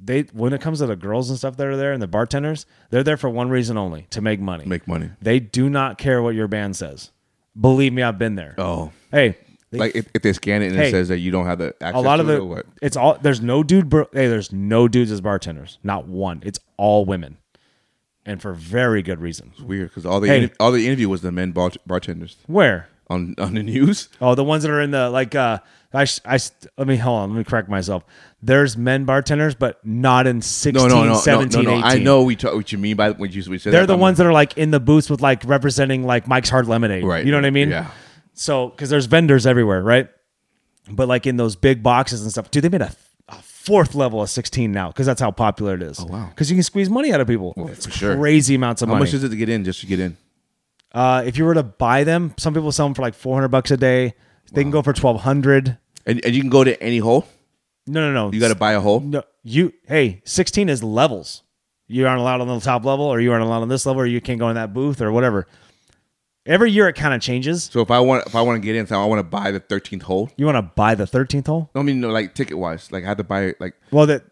they when it comes to the girls and stuff that are there and the bartenders, they're there for one reason only to make money. make money. They do not care what your band says. Believe me, I've been there. Oh, Hey, they like if, if they scan it and Hey. it says that you don't have the access a lot to of it the or what? it's all there's no dude bro, hey there's no dudes as bartenders not one it's all women and for very good reason weird because all the Hey. all the interview was the men bar- bartenders where on on the news. oh the ones that are in the like uh I, s- I s- let me hold on let me correct myself there's men bartenders but not in 16 17 18 I know we talk, what you mean by what you, what you said. they're that, the I'm- ones that are like in the booths with like representing like mike's hard lemonade Right. you know what i mean Yeah. so because there's vendors everywhere right but like in those big boxes and stuff dude they made a, a fourth level of 16 now because that's how popular it is oh wow. because you can squeeze money out of people it's for sure. crazy amounts of How money much is it to get in? Just to get in. uh, if you were to buy them some people sell them for like 400 bucks a day they can go for 1200 And, and you can go to any hole. no no no You got to buy a hole. no you hey 16 is levels you aren't allowed on the top level or you aren't allowed on this level or you can't go in that booth or whatever every year it kind of changes So if I want if I want to get in, so I want to buy the thirteenth hole. You want to buy the thirteenth hole? I mean, no, like ticket wise, like I have to buy like Well, that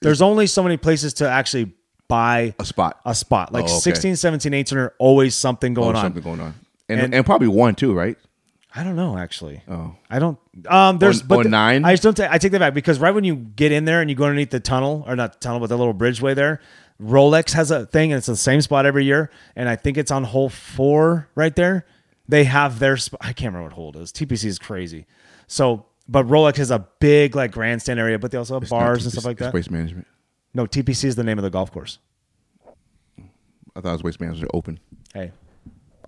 there's only so many places to actually buy A spot. a spot. Like Oh, okay. 16, 17, 18 are always something going on. something going on, and, And- and probably one too, right? I don't know actually. Oh. I don't. Um, there's Or- but or th- nine? I just don't. ta- I take that back because right when you get in there and you go underneath the tunnel or not tunnel, but the little bridgeway there, Rolex has a thing and it's the same spot every year, and I think it's on hole four right there. They have their spot. I can't remember what hole it is. TPC is crazy. So, but Rolex has a big like grandstand area, but they also have bars and It's- stuff like it's that. Waste management. No, TPC is the name of the golf course. I thought it was waste management open. Hey,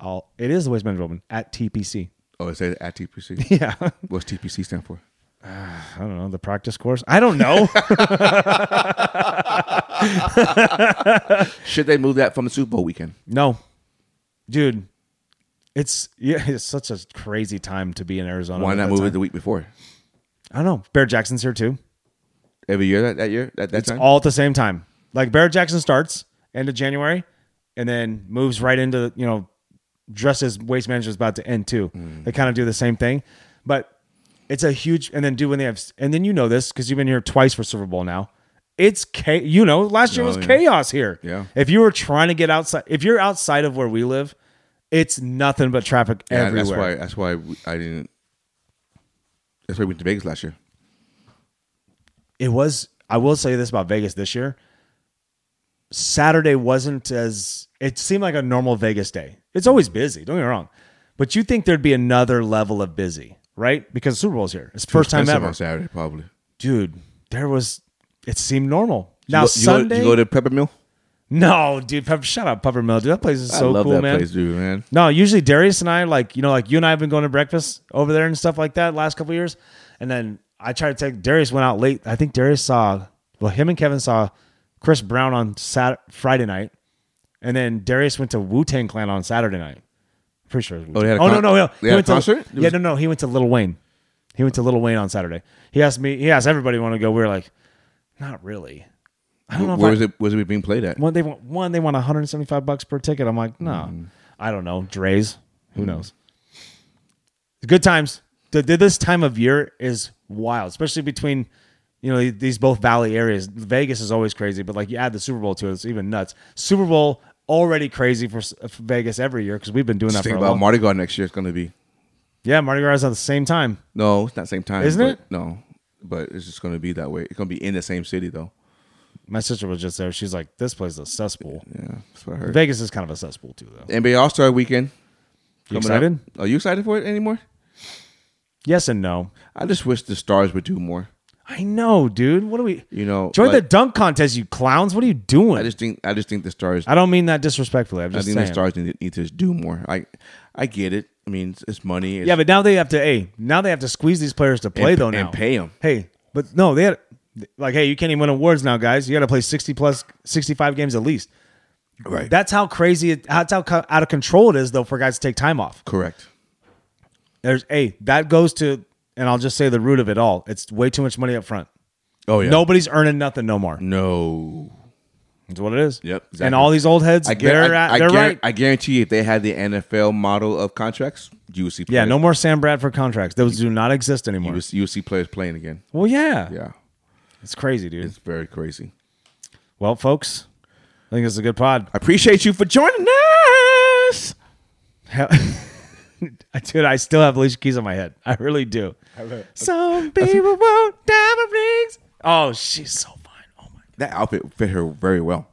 I'll, it is the Waste Management Open at TPC. Oh, it says at TPC. [LAUGHS] Yeah, What's TPC stand for? I don't know the practice course. I [LAUGHS] don't know. Should they move that from the Super Bowl weekend? No, dude, it's [LAUGHS] yeah, it's such a crazy time to be in Arizona. Why at not that move it time. the week before? I don't know. Bear Jackson's here too. Every year that, that year that that It's time. all at the same time. Like Bear Jackson starts end of January, and then moves right into you know, just as Waste Management's about to end too. Mm. They kind of do the same thing, but it's a huge. And then do when they have, and then you know this because you've been here twice for Super Bowl now. It's cha- you know last year Oh, was yeah. chaos here. Yeah. If you were trying to get outside, if you're outside of where we live, it's nothing but traffic Yeah, everywhere. that's why. That's why we- I didn't. That's why we went to Vegas last year. it was i will say this about vegas this year saturday wasn't as it seemed like a normal vegas day it's always busy don't get me wrong but you think there'd be another level of busy right because super bowl's here it's first time Expensive ever on Saturday probably. dude there was it seemed normal now you go, you go- sunday you go to Peppermill. no dude [LAUGHS] Pepper, shut up peppermill dude that place is so I love cool that man place, dude, man. no, usually Darius and I like you know like you and I have been going to breakfast over there and stuff like that last couple years, and then I tried to take Darius went out late. I think Darius saw well him and Kevin saw Chris Brown on Saturday, Friday night, and then Darius went to Wu Tang Clan on Saturday night. Pretty sure. It was Wu-Tang. Oh, they had a oh con- no no no. they had a went to- concert? It yeah was- no no he went to Little Wayne. He went to Little Wayne on Saturday. He asked me. He asked everybody want to go. We were like, not really. I don't know. if Where I- was it? Was it being played at? one they want one they want 175 bucks per ticket. I'm like, no, Mm-hmm. I don't know. Dre's, who knows? Good times. Th- th- This time of year is wild, especially between you know these both valley areas. Vegas is always crazy, but like you add the Super Bowl to it, it's even nuts. Super Bowl already crazy for, s- for Vegas every year because we've been doing that Just for think a about long. Mardi Gras next year. It's going to be yeah, Mardi Gras is at the same time. no, it's not same time, Isn't but- it? No, but it's just going to be that way. It's going to be in the same city though. My sister was just there. She's like, this place is a cesspool. Yeah, that's what I heard. Vegas is kind of a cesspool too, though. NBA All Star Weekend. You coming up. excited? Are you excited for it anymore? Yes and no. I just wish the stars would do more. I know, dude. What do we? You know, join the like- dunk contest, you clowns. What are you doing? I I, just think I just think the stars. don't mean that disrespectfully. I'm I just think saying. the stars need, need to just do more. I I get it. I mean, it's, it's money. It's, yeah, but now they have to. Hey, now they have to squeeze these players to play And- though. and Now pay 'em. Hey, but no, they had like, hey, you can't even win awards now, guys. You got to play 60 plus, 65 games at least. right. That's how crazy. It, that's how co- out of control it is, though, for guys to take time off. correct. There's hey, that goes to, and I'll just say the root of it all. It's way too much money up front. Oh yeah. Nobody's earning nothing no more. No. That's what it is. Yep, And exactly. all these old heads, I, guar- they're, at, I, I, they're guar- right. I guarantee if they had the NFL model of contracts, you would see. Yeah, players- no more Sam Bradford contracts. Those do not exist You anymore. would, you would see players playing again. well, yeah. Yeah, It's crazy, dude. it's very crazy. well, folks, I think this is a good [LAUGHS] pod. I appreciate you for joining us. [LAUGHS] dude, I still have Alicia Keys on my head. I really do. Some [LAUGHS] people want diamond rings. Oh, she's so fine. Oh, my. That outfit fit her very well.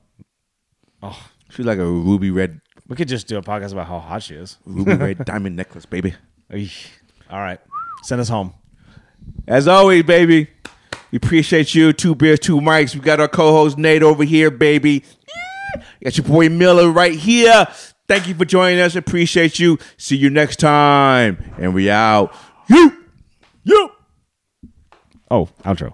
Oh. she's like a ruby red, We could just do a podcast about how hot she is. ruby [LAUGHS] red diamond necklace, baby. Eesh. All right. Send us home. As always, baby, we appreciate you. Two beers, two mics. We got our co-host Nate over here, baby. Yeah. Got your boy Miller right here. Thank you for joining us. Appreciate you. See you next time. And we out. You. You. Oh, outro.